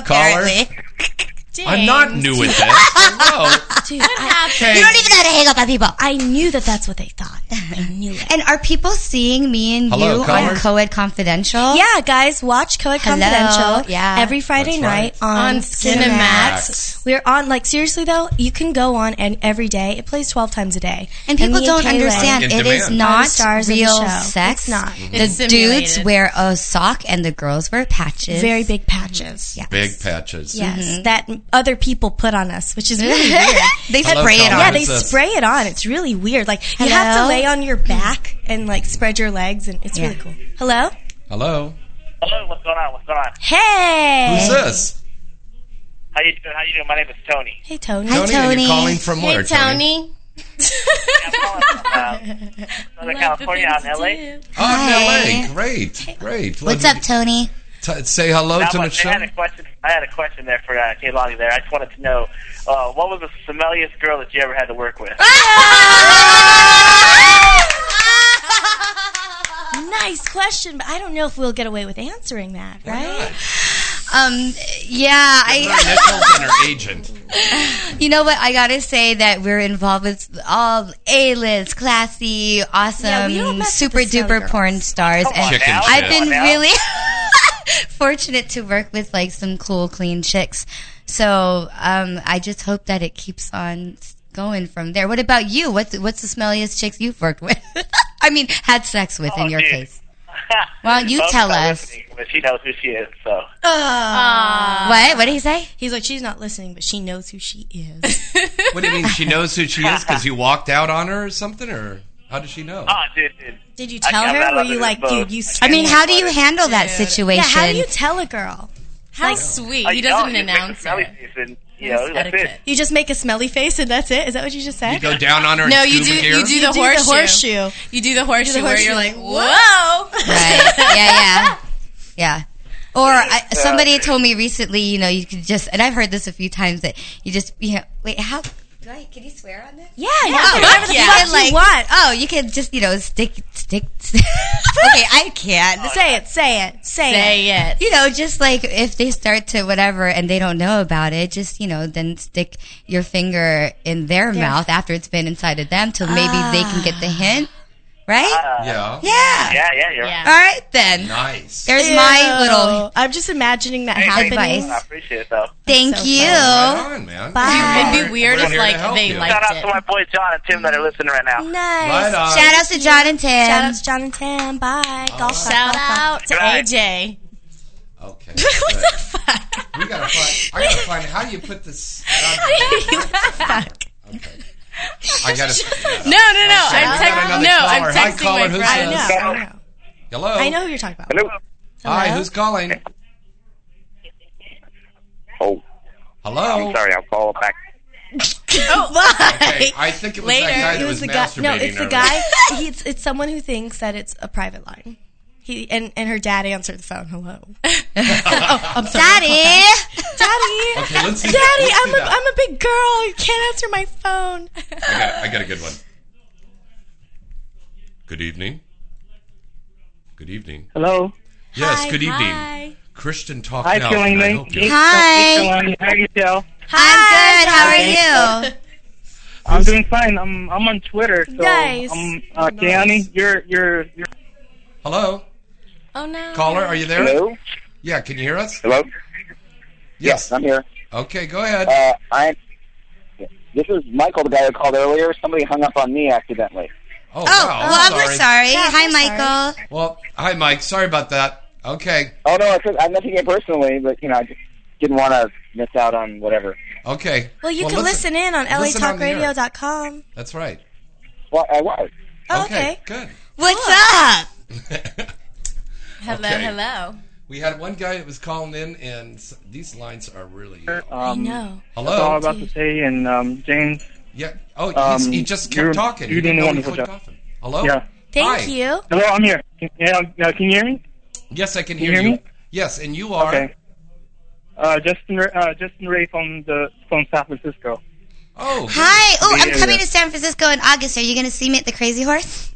[SPEAKER 3] Okay. Caller? I'm not
[SPEAKER 2] James.
[SPEAKER 3] new at this.
[SPEAKER 2] Dude, I,
[SPEAKER 3] Okay.
[SPEAKER 4] You don't even know how to hang up on people.
[SPEAKER 2] I knew that that's what they thought. I knew it.
[SPEAKER 4] And are people seeing me and
[SPEAKER 2] Hello,
[SPEAKER 4] you
[SPEAKER 2] caller?
[SPEAKER 4] on Coed Confidential?
[SPEAKER 2] Yeah, guys, watch Code
[SPEAKER 4] Hello.
[SPEAKER 2] Confidential
[SPEAKER 4] Yeah.
[SPEAKER 2] every Friday
[SPEAKER 4] That's
[SPEAKER 2] night
[SPEAKER 4] right.
[SPEAKER 2] on,
[SPEAKER 4] On
[SPEAKER 2] Cinemax.
[SPEAKER 4] Cinemax.
[SPEAKER 2] We're on like seriously though, you can go on and every day. It plays twelve times a day,
[SPEAKER 4] And people
[SPEAKER 2] me
[SPEAKER 4] don't
[SPEAKER 2] Kayla
[SPEAKER 4] understand.
[SPEAKER 2] are
[SPEAKER 4] It is
[SPEAKER 2] the
[SPEAKER 4] not
[SPEAKER 2] stars of the
[SPEAKER 4] real
[SPEAKER 2] show.
[SPEAKER 4] sex.
[SPEAKER 2] It's not
[SPEAKER 3] Mm-hmm.
[SPEAKER 4] The dudes wear a sock and the girls wear patches. Mm-hmm.
[SPEAKER 2] very big patches. Yeah.
[SPEAKER 3] Big patches.
[SPEAKER 2] Yes, that other people put on us, which is really weird.
[SPEAKER 4] They Hello, spray it caller. on.
[SPEAKER 2] Yeah, they
[SPEAKER 4] Who's this?
[SPEAKER 2] spray it on. It's really weird. Like you
[SPEAKER 4] Hello? Mm-hmm.
[SPEAKER 2] have to lay on your back and like spread your legs, and it's really cool. Hello.
[SPEAKER 3] Hello?
[SPEAKER 12] Hello, what's going on? What's going on?
[SPEAKER 2] Hey.
[SPEAKER 3] Who's this?
[SPEAKER 12] How you doing? How you doing? My name is Tony.
[SPEAKER 2] Hey, Tony.
[SPEAKER 3] Hi, Tony, and you're Tony. calling from Hey, where, Tony?
[SPEAKER 12] Southern California, out in LA.
[SPEAKER 3] Oh, in LA. Great, great.
[SPEAKER 4] What's up, Tony?
[SPEAKER 3] T- say hello
[SPEAKER 12] That
[SPEAKER 3] to
[SPEAKER 12] was- I
[SPEAKER 3] Michelle.
[SPEAKER 12] had a question. I had a question there for uh, Kaylani there. I just wanted to know uh, what was the smelliest girl that you ever had to work with?
[SPEAKER 2] Nice question, but I don't know if we'll get away with answering that, right?
[SPEAKER 4] Um, yeah,
[SPEAKER 2] Uh,
[SPEAKER 4] I.
[SPEAKER 3] Nichols and her agent.
[SPEAKER 4] You know what? I gotta say that we're involved with all A-list, classy, awesome, super duper porn stars,
[SPEAKER 12] Come on
[SPEAKER 4] and
[SPEAKER 12] now,
[SPEAKER 4] I've
[SPEAKER 12] come on
[SPEAKER 4] been
[SPEAKER 12] now.
[SPEAKER 4] really fortunate to work with like some cool, clean chicks. So um, I just hope that it keeps on going from there. What about you? What's what's the smelliest chicks you've worked with? I mean, had sex with in your
[SPEAKER 12] dude.
[SPEAKER 4] case. Well, you
[SPEAKER 12] Folks
[SPEAKER 4] tell
[SPEAKER 12] not
[SPEAKER 4] us.
[SPEAKER 12] listening, But she knows who she is, so.
[SPEAKER 4] What? What did he say?
[SPEAKER 2] Uh, He's like, she's not listening, but she knows who she is.
[SPEAKER 3] What do you mean? She knows who she is because you walked out on her or something, or how does she know?
[SPEAKER 2] Ah,
[SPEAKER 12] Oh, dude, dude.
[SPEAKER 2] Did you
[SPEAKER 12] I
[SPEAKER 2] tell
[SPEAKER 12] got
[SPEAKER 2] her?
[SPEAKER 12] that
[SPEAKER 2] Were
[SPEAKER 12] under
[SPEAKER 2] you
[SPEAKER 12] the
[SPEAKER 2] like,
[SPEAKER 12] boat.
[SPEAKER 2] dude, you?
[SPEAKER 4] I mean, how do you handle that situation?
[SPEAKER 2] Yeah, how do you tell a girl? How
[SPEAKER 5] Like, sweet. He doesn't announce it.
[SPEAKER 12] Season, you know, that's it.
[SPEAKER 2] You just make a smelly face and that's it. Is that what you just said?
[SPEAKER 3] You go down on her.
[SPEAKER 2] No,
[SPEAKER 3] and
[SPEAKER 2] you do-
[SPEAKER 3] scuba gear?
[SPEAKER 2] you do the
[SPEAKER 5] horseshoe.
[SPEAKER 2] horseshoe.
[SPEAKER 5] You do the horseshoe, where you're like,
[SPEAKER 2] horseshoe.
[SPEAKER 5] whoa.
[SPEAKER 4] Right. Yeah, yeah. Yeah. Or I, somebody told me recently, you know, you could just, and I've heard this a few times that you just, you know, wait, how? Do I, can you swear on this?
[SPEAKER 2] Yeah,
[SPEAKER 4] you
[SPEAKER 2] you can do whatever the fuck you
[SPEAKER 4] want. Oh, you can just, you know, stick, stick. stick. okay, I can't.
[SPEAKER 2] Say it. Say it. Say,
[SPEAKER 4] Say it. You know, just like if they start to whatever and they don't know about it, just you know, then stick your finger in their
[SPEAKER 2] Their-
[SPEAKER 4] mouth after it's been inside of them, till maybe they can get the hint, Ah. right?
[SPEAKER 3] yeah.
[SPEAKER 4] yeah.
[SPEAKER 12] uh, Yeah, yeah, you're
[SPEAKER 4] All right then.
[SPEAKER 3] Nice.
[SPEAKER 4] There's my little.
[SPEAKER 2] I'm just imagining that
[SPEAKER 12] Hey,
[SPEAKER 2] happening.
[SPEAKER 12] thanks. I appreciate it, though.
[SPEAKER 4] Thank
[SPEAKER 2] so
[SPEAKER 4] you.
[SPEAKER 3] Right on, man.
[SPEAKER 2] Bye.
[SPEAKER 5] It'd be weird
[SPEAKER 3] We're
[SPEAKER 5] if
[SPEAKER 3] here to
[SPEAKER 5] like
[SPEAKER 3] help
[SPEAKER 5] they
[SPEAKER 3] you.
[SPEAKER 5] liked
[SPEAKER 12] Shout out
[SPEAKER 5] it.
[SPEAKER 12] to my boy John and Tim that are listening right now.
[SPEAKER 2] Nice.
[SPEAKER 3] Right on.
[SPEAKER 4] Shout outs to John and Tim.
[SPEAKER 2] Shout out to John and Tim. Bye.
[SPEAKER 3] Oh.
[SPEAKER 2] Golf
[SPEAKER 5] Shout out to
[SPEAKER 12] Right.
[SPEAKER 5] AJ.
[SPEAKER 3] Okay. what the fuck? We gotta find. I gotta find. How do you put this?
[SPEAKER 5] Fuck.
[SPEAKER 3] I gotta. figure that out.
[SPEAKER 5] No, no, no. I'm, text- no, I'm
[SPEAKER 3] Shit, we got another caller. Hi,
[SPEAKER 5] texting
[SPEAKER 3] caller.
[SPEAKER 5] my
[SPEAKER 3] Who's
[SPEAKER 5] friend.
[SPEAKER 2] I
[SPEAKER 3] this?
[SPEAKER 2] know. I know.
[SPEAKER 3] Hello.
[SPEAKER 2] I know who you're talking about.
[SPEAKER 12] Hello.
[SPEAKER 3] Hi.
[SPEAKER 2] Hello?
[SPEAKER 3] Who's calling?
[SPEAKER 12] Oh,
[SPEAKER 3] Hello.
[SPEAKER 12] I'm sorry. I'll call back.
[SPEAKER 2] Oh, bye.
[SPEAKER 3] Okay, I think it was
[SPEAKER 2] Later,
[SPEAKER 3] that guy that
[SPEAKER 2] it was
[SPEAKER 3] was
[SPEAKER 2] the guy.
[SPEAKER 3] masturbating.
[SPEAKER 2] No, it's the
[SPEAKER 3] earlier.
[SPEAKER 2] guy. He, it's, it's someone who thinks that it's a private line.
[SPEAKER 5] He and, and her dad answered the phone. Hello.
[SPEAKER 2] Oh,
[SPEAKER 4] I'm Daddy.
[SPEAKER 5] Daddy.
[SPEAKER 3] Okay, let's see
[SPEAKER 5] Daddy,
[SPEAKER 3] that. Let's
[SPEAKER 5] I'm a am a
[SPEAKER 3] do that.
[SPEAKER 5] big girl. You can't answer my phone.
[SPEAKER 3] I got, I got a good one. Good evening. Good evening.
[SPEAKER 13] Hello.
[SPEAKER 3] Yes,
[SPEAKER 13] Hi,
[SPEAKER 3] good evening.
[SPEAKER 13] hi.
[SPEAKER 3] Christian Talk
[SPEAKER 13] Hi,
[SPEAKER 3] Now.
[SPEAKER 13] Feeling
[SPEAKER 3] Can I
[SPEAKER 13] Link.
[SPEAKER 3] help you?
[SPEAKER 13] Hi. How are you, Joe?
[SPEAKER 4] I'm good. How are you?
[SPEAKER 13] I'm doing fine. I'm I'm on Twitter. So
[SPEAKER 5] Nice.
[SPEAKER 13] I'm, uh,
[SPEAKER 5] Nice.
[SPEAKER 13] Danny, you're you're you're.
[SPEAKER 3] Hello,
[SPEAKER 5] Oh no.
[SPEAKER 3] caller, are you there?
[SPEAKER 11] Hello?
[SPEAKER 3] Yeah, can you hear us?
[SPEAKER 11] Hello?
[SPEAKER 3] Yes.
[SPEAKER 11] I'm here.
[SPEAKER 3] Okay, go ahead.
[SPEAKER 11] Uh, I'm. This is Michael, the guy who called earlier. Somebody hung up on me accidentally.
[SPEAKER 3] Oh,
[SPEAKER 4] Oh,
[SPEAKER 3] wow.
[SPEAKER 4] well,
[SPEAKER 3] sorry.
[SPEAKER 4] we're sorry. Hi, Michael.
[SPEAKER 3] Well, hi, Mike. Sorry about that. Okay,
[SPEAKER 11] Oh no, it's, I'm nothing it personally, but you know, I just didn't want to miss out on whatever.
[SPEAKER 3] okay.
[SPEAKER 2] Well, you can listen, in on
[SPEAKER 3] listen on the air.
[SPEAKER 2] latalkradio.com.
[SPEAKER 3] That's right.
[SPEAKER 11] Well,
[SPEAKER 13] uh,
[SPEAKER 11] I was.
[SPEAKER 2] Oh,
[SPEAKER 3] Okay,
[SPEAKER 2] okay.
[SPEAKER 3] good.
[SPEAKER 4] What's up?
[SPEAKER 5] Hello,
[SPEAKER 3] Okay.
[SPEAKER 5] hello.
[SPEAKER 3] We had one guy that was calling in, and s- these lines are really.
[SPEAKER 13] Um, I know.
[SPEAKER 3] Hello?
[SPEAKER 13] That's all I'm about to say, and um, James. Um,
[SPEAKER 3] Yeah. Oh, he's, he just kept talking.
[SPEAKER 13] You're
[SPEAKER 3] He
[SPEAKER 13] doing
[SPEAKER 3] didn't
[SPEAKER 13] a
[SPEAKER 3] know he
[SPEAKER 13] wonderful
[SPEAKER 3] quit
[SPEAKER 13] job.
[SPEAKER 3] coughing. Hello.
[SPEAKER 13] Yeah.
[SPEAKER 3] Hi.
[SPEAKER 13] Hello, I'm here. Can, yeah, now, can you hear me?
[SPEAKER 3] Yes, I can
[SPEAKER 13] Can
[SPEAKER 3] hear
[SPEAKER 13] you hear
[SPEAKER 3] you.
[SPEAKER 13] me?
[SPEAKER 3] Yes, and you are.
[SPEAKER 13] Okay. Uh, Justin, Ra- uh, Justin Ray from the from San Francisco.
[SPEAKER 3] Oh.
[SPEAKER 4] Hi. Oh, I'm
[SPEAKER 13] Yeah,
[SPEAKER 4] coming
[SPEAKER 13] yeah.
[SPEAKER 4] to San Francisco in August. Are you going to see me at the Crazy Horse?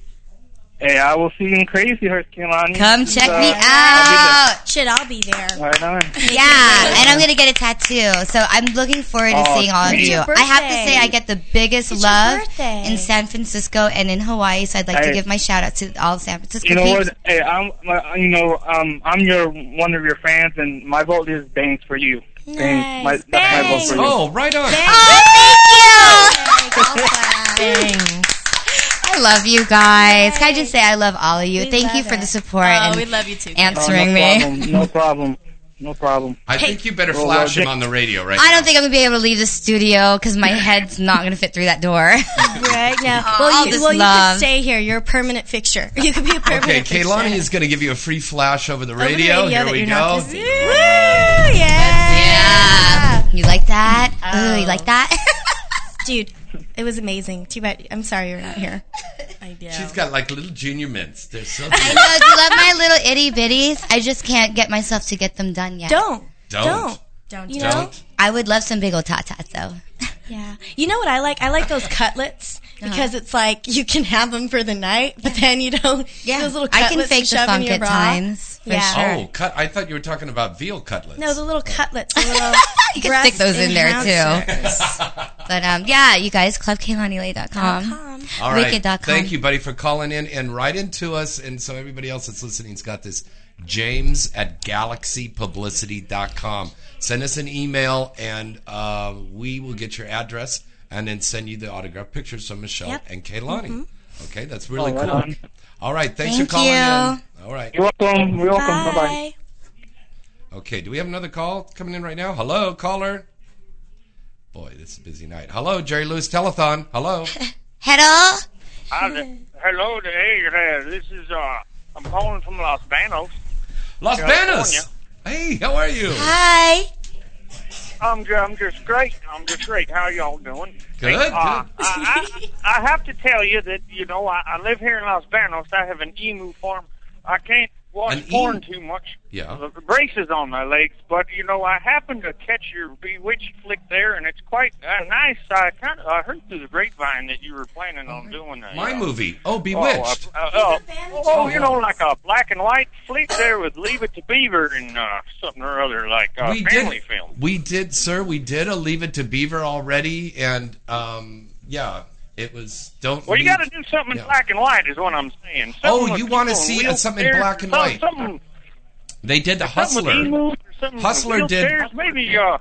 [SPEAKER 13] Hey, I will see you in Crazy Horse, Kehlani.
[SPEAKER 4] Come check me
[SPEAKER 13] Uh, I'll
[SPEAKER 4] out.
[SPEAKER 2] Shit, I'll be there.
[SPEAKER 13] be there. Right on.
[SPEAKER 4] Yeah, and I'm gonna get a tattoo. So I'm looking forward to
[SPEAKER 13] Oh,
[SPEAKER 4] seeing all of
[SPEAKER 13] sweet. It's
[SPEAKER 4] you.
[SPEAKER 13] your
[SPEAKER 4] I have to
[SPEAKER 13] birthday.
[SPEAKER 4] say, I get the biggest
[SPEAKER 2] It's your
[SPEAKER 4] love
[SPEAKER 2] birthday.
[SPEAKER 4] in San Francisco and in Hawaii. So I'd like to
[SPEAKER 13] Hey.
[SPEAKER 4] give my shout out to all of San Francisco
[SPEAKER 13] You know
[SPEAKER 4] peeps.
[SPEAKER 13] what? Hey, I'm uh, you know um I'm your one of your fans, and my vote is Bangs for you. Bangs, my, that's my vote for you.
[SPEAKER 3] Oh, right on.
[SPEAKER 4] I love you guys. Can I just say I love all of you? Thank you for the support
[SPEAKER 7] Oh,
[SPEAKER 4] and
[SPEAKER 5] Uh, we love you too.
[SPEAKER 13] Oh,
[SPEAKER 4] answering
[SPEAKER 13] no
[SPEAKER 4] me.
[SPEAKER 13] Problem, no problem. No problem.
[SPEAKER 3] I think you better
[SPEAKER 13] Well, uh,
[SPEAKER 3] flash
[SPEAKER 13] well,
[SPEAKER 3] him on the radio right
[SPEAKER 4] I
[SPEAKER 3] now.
[SPEAKER 4] don't think I'm gonna be able to leave the studio because my head's not gonna fit through that door.
[SPEAKER 2] Right now.
[SPEAKER 4] Aw,
[SPEAKER 2] Well,
[SPEAKER 4] all
[SPEAKER 2] you,
[SPEAKER 4] this
[SPEAKER 2] well, you
[SPEAKER 4] love.
[SPEAKER 2] can stay here. You're a permanent fixture. You could be a permanent
[SPEAKER 3] Okay,
[SPEAKER 2] fixture.
[SPEAKER 3] Kaylani is going to give you a free flash over the
[SPEAKER 2] the
[SPEAKER 3] radio.
[SPEAKER 2] radio
[SPEAKER 3] Here
[SPEAKER 2] that
[SPEAKER 3] we
[SPEAKER 2] you're not
[SPEAKER 3] go.
[SPEAKER 2] gonna Woo! Yeah.
[SPEAKER 4] Uh, You like that? Ooh, you like that?
[SPEAKER 2] Oh. Dude, it was amazing. Too bad. I'm sorry you're not here. I did.
[SPEAKER 3] She's got like little junior mints. They're so
[SPEAKER 4] I know. Do you love my little itty bitties? I just can't get myself to get them done yet.
[SPEAKER 2] Don't.
[SPEAKER 3] Don't.
[SPEAKER 2] Don't.
[SPEAKER 5] Don't.
[SPEAKER 2] You know?
[SPEAKER 3] Don't.
[SPEAKER 4] I would love some big old tatas though.
[SPEAKER 2] Yeah. You know what I like? I like those cutlets
[SPEAKER 4] Uh-huh.
[SPEAKER 2] because it's like you can have them for the night, but then you don't.
[SPEAKER 4] Yeah.
[SPEAKER 2] Those little
[SPEAKER 4] I can
[SPEAKER 2] cutlets you
[SPEAKER 4] fake the
[SPEAKER 2] shove in
[SPEAKER 4] funk
[SPEAKER 2] your
[SPEAKER 4] at
[SPEAKER 2] bra.
[SPEAKER 4] times, for
[SPEAKER 2] yeah.
[SPEAKER 4] sure.
[SPEAKER 3] Oh, cut. I thought you were talking about veal cutlets.
[SPEAKER 2] No, the little cutlets. The little
[SPEAKER 4] You can stick
[SPEAKER 2] breast
[SPEAKER 4] those in there too.
[SPEAKER 2] enhancers.
[SPEAKER 4] But um, yeah, you guys, clubkaylanielay.com.
[SPEAKER 3] All right.
[SPEAKER 4] Wicked.com.
[SPEAKER 3] Thank you, buddy, for calling in and right into us. And so everybody else that's listening's got this. James at galaxypublicity.com. Send us an email and uh, we will get your address and then send you the autograph pictures from Michelle
[SPEAKER 2] Yep.
[SPEAKER 3] and Kaylani.
[SPEAKER 2] Mhm.
[SPEAKER 3] Okay, that's really
[SPEAKER 13] Oh, right
[SPEAKER 3] cool.
[SPEAKER 13] on.
[SPEAKER 3] All right, thanks
[SPEAKER 4] Thank
[SPEAKER 3] for calling
[SPEAKER 4] you.
[SPEAKER 3] in. All right.
[SPEAKER 13] You're welcome. You're welcome. Bye bye.
[SPEAKER 2] Bye.
[SPEAKER 3] Okay, do we have another call coming in right now? Hello, caller. Boy, this is a busy night. Hello, Jerry Lewis Telethon. Hello.
[SPEAKER 4] Hello.
[SPEAKER 12] Hi there. Hello there. Hey, This is uh, I'm calling from Los Banos.
[SPEAKER 3] Los
[SPEAKER 12] California.
[SPEAKER 3] Banos. Hey, how are you?
[SPEAKER 4] Hi.
[SPEAKER 12] I'm ju- I'm just great. I'm just great. How y'all doing?
[SPEAKER 3] Good,
[SPEAKER 12] Uh, I, I I have to tell you that you know I, I live here in Los Banos. I have an emu farm. I can't watch
[SPEAKER 3] An
[SPEAKER 12] porn
[SPEAKER 3] emu?
[SPEAKER 12] too much.
[SPEAKER 3] Yeah.
[SPEAKER 12] The braces on my legs, but you know I happened to catch your Bewitched flick there, and it's quite uh, nice. I kind of I heard through the grapevine that you were planning on doing that.
[SPEAKER 3] My movie. Oh, Bewitched.
[SPEAKER 12] Oh, uh, uh, oh, oh, you know, like a black and white flick there with Leave It to Beaver and uh, something or other, like uh,
[SPEAKER 3] we
[SPEAKER 12] family
[SPEAKER 3] did.
[SPEAKER 12] film.
[SPEAKER 3] We did, sir. We did a Leave It to Beaver already, and um, yeah, it was. Don't.
[SPEAKER 12] Well, you
[SPEAKER 3] leave-
[SPEAKER 12] got to do something in
[SPEAKER 3] Yeah.
[SPEAKER 12] black and white, is what I'm saying. Something
[SPEAKER 3] Oh,
[SPEAKER 12] with
[SPEAKER 3] you wanna
[SPEAKER 12] people in
[SPEAKER 3] see, uh, something in
[SPEAKER 12] wheelchairs,
[SPEAKER 3] black and
[SPEAKER 12] some-
[SPEAKER 3] white.
[SPEAKER 12] Something,
[SPEAKER 3] They did the
[SPEAKER 12] something with
[SPEAKER 3] Hustler.
[SPEAKER 12] emus or something with
[SPEAKER 3] Hustler did-
[SPEAKER 12] wheelchairs, Maybe, uh,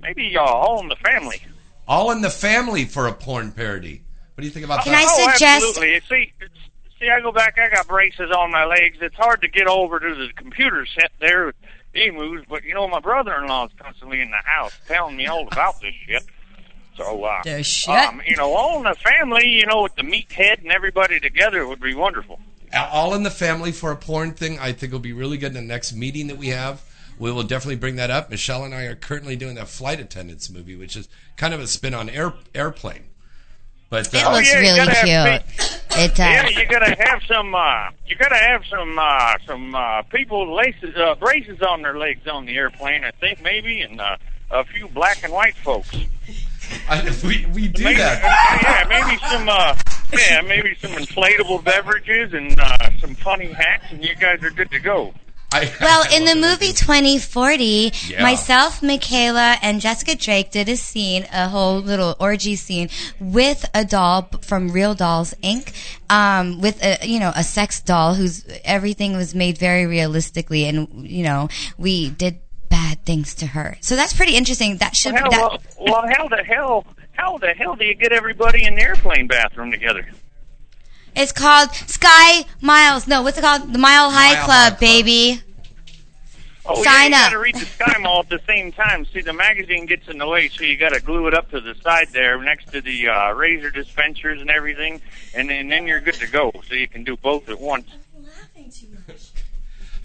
[SPEAKER 12] maybe uh, all in the family.
[SPEAKER 3] All in the Family for a porn parody. What do you think about
[SPEAKER 12] oh,
[SPEAKER 3] that?
[SPEAKER 12] Absolutely. You See, see, I go back. I got braces on my legs. It's hard to get over to the computer set there with emus, but you know, my brother-in-law's constantly in the house telling me all about this shit. So, uh,
[SPEAKER 4] The shit?
[SPEAKER 12] Um, you know, all in the family, you know, with the meathead and everybody together would be wonderful.
[SPEAKER 3] All in the Family for a porn thing, I think will be really good in the next meeting that we have. We will definitely bring that up. Michelle and I are currently doing that flight attendants movie, which is kind of a spin on air, airplane. But uh,
[SPEAKER 4] It looks
[SPEAKER 12] Oh, yeah, you
[SPEAKER 4] really
[SPEAKER 12] gotta have
[SPEAKER 4] cute. It uh,
[SPEAKER 12] Yeah, you gotta have some. Uh, you gotta have some uh, some uh, people with laces uh, braces on their legs on the airplane. I think maybe, and uh, a few black and white folks.
[SPEAKER 3] we we do
[SPEAKER 12] maybe,
[SPEAKER 3] that.
[SPEAKER 12] Yeah, maybe some. Uh, yeah, maybe some inflatable beverages and uh, some funny hats, and you guys are good to go.
[SPEAKER 3] I,
[SPEAKER 4] Well, in the movie 2040,
[SPEAKER 12] Yeah.
[SPEAKER 4] myself, Michaela, and Jessica Drake did a scene, a whole little orgy scene with a doll b- from Real Dolls Inc. Um, with a, you know, a sex doll whose everything was made very realistically. And, you know, we did bad things to her. So that's pretty interesting. That should
[SPEAKER 12] Well,
[SPEAKER 4] be that.
[SPEAKER 12] hell, well, well, how the hell? How the hell do you get everybody in the airplane bathroom together?
[SPEAKER 4] It's called Sky Miles. No, what's it called? The Mile High
[SPEAKER 12] Mile
[SPEAKER 4] Club, baby.
[SPEAKER 12] Oh, yeah,
[SPEAKER 4] Sign
[SPEAKER 12] you
[SPEAKER 4] up.
[SPEAKER 12] gotta read the sky mall at the same time. See, the magazine gets in the way, so you gotta glue it up to the side there next to the uh, razor dispensers and everything, and, and then you're good to go. So you can do both at once.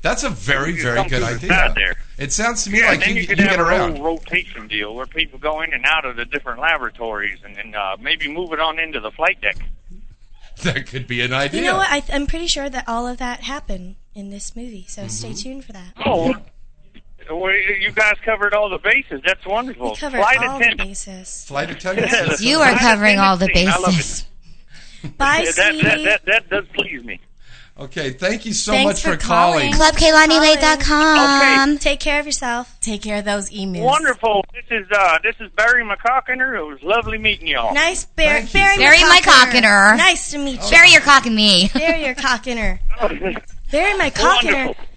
[SPEAKER 3] That's a very
[SPEAKER 12] You
[SPEAKER 3] very
[SPEAKER 12] come
[SPEAKER 3] good
[SPEAKER 12] through the side
[SPEAKER 3] idea.
[SPEAKER 12] there.
[SPEAKER 3] It sounds to me
[SPEAKER 12] yeah, and
[SPEAKER 3] like
[SPEAKER 12] then
[SPEAKER 3] you,
[SPEAKER 12] you,
[SPEAKER 3] you
[SPEAKER 12] could
[SPEAKER 3] get
[SPEAKER 12] have a
[SPEAKER 3] around.
[SPEAKER 12] whole rotation deal where people go in and out of the different laboratories, and then uh, maybe move it on into the flight deck.
[SPEAKER 3] That could be an idea.
[SPEAKER 2] You know what? I th- I'm pretty sure that all of that happened in this movie, so stay
[SPEAKER 4] Mm-hmm.
[SPEAKER 2] tuned for that.
[SPEAKER 12] Oh, well, you guys covered all the bases. That's wonderful.
[SPEAKER 2] We covered
[SPEAKER 12] flight
[SPEAKER 2] all the
[SPEAKER 12] attendant.
[SPEAKER 2] bases.
[SPEAKER 3] Flight attendants.
[SPEAKER 12] Yes.
[SPEAKER 4] You are covering all the
[SPEAKER 12] I love
[SPEAKER 4] bases.
[SPEAKER 12] it.
[SPEAKER 2] Bye,
[SPEAKER 12] Yeah, that, that,
[SPEAKER 2] sweetie.
[SPEAKER 12] that, that does please me.
[SPEAKER 3] Okay, thank you so much
[SPEAKER 12] Thanks
[SPEAKER 3] for,
[SPEAKER 12] for
[SPEAKER 3] calling.
[SPEAKER 4] ClubKaylaniLay.com.
[SPEAKER 5] Okay.
[SPEAKER 2] Take care of yourself.
[SPEAKER 5] Take care of those emails.
[SPEAKER 12] Wonderful. This is uh, this is Barry McCockiner. It was lovely meeting y'all.
[SPEAKER 2] Nice bear,
[SPEAKER 12] Thank you.
[SPEAKER 2] Barry,
[SPEAKER 4] Barry
[SPEAKER 2] McCockiner.
[SPEAKER 4] McCockiner.
[SPEAKER 2] Nice to meet you.
[SPEAKER 4] Barry, you're cocking me.
[SPEAKER 2] Barry, you're cocking her. Barry, my cockiner.
[SPEAKER 12] Wonderful.
[SPEAKER 2] Th-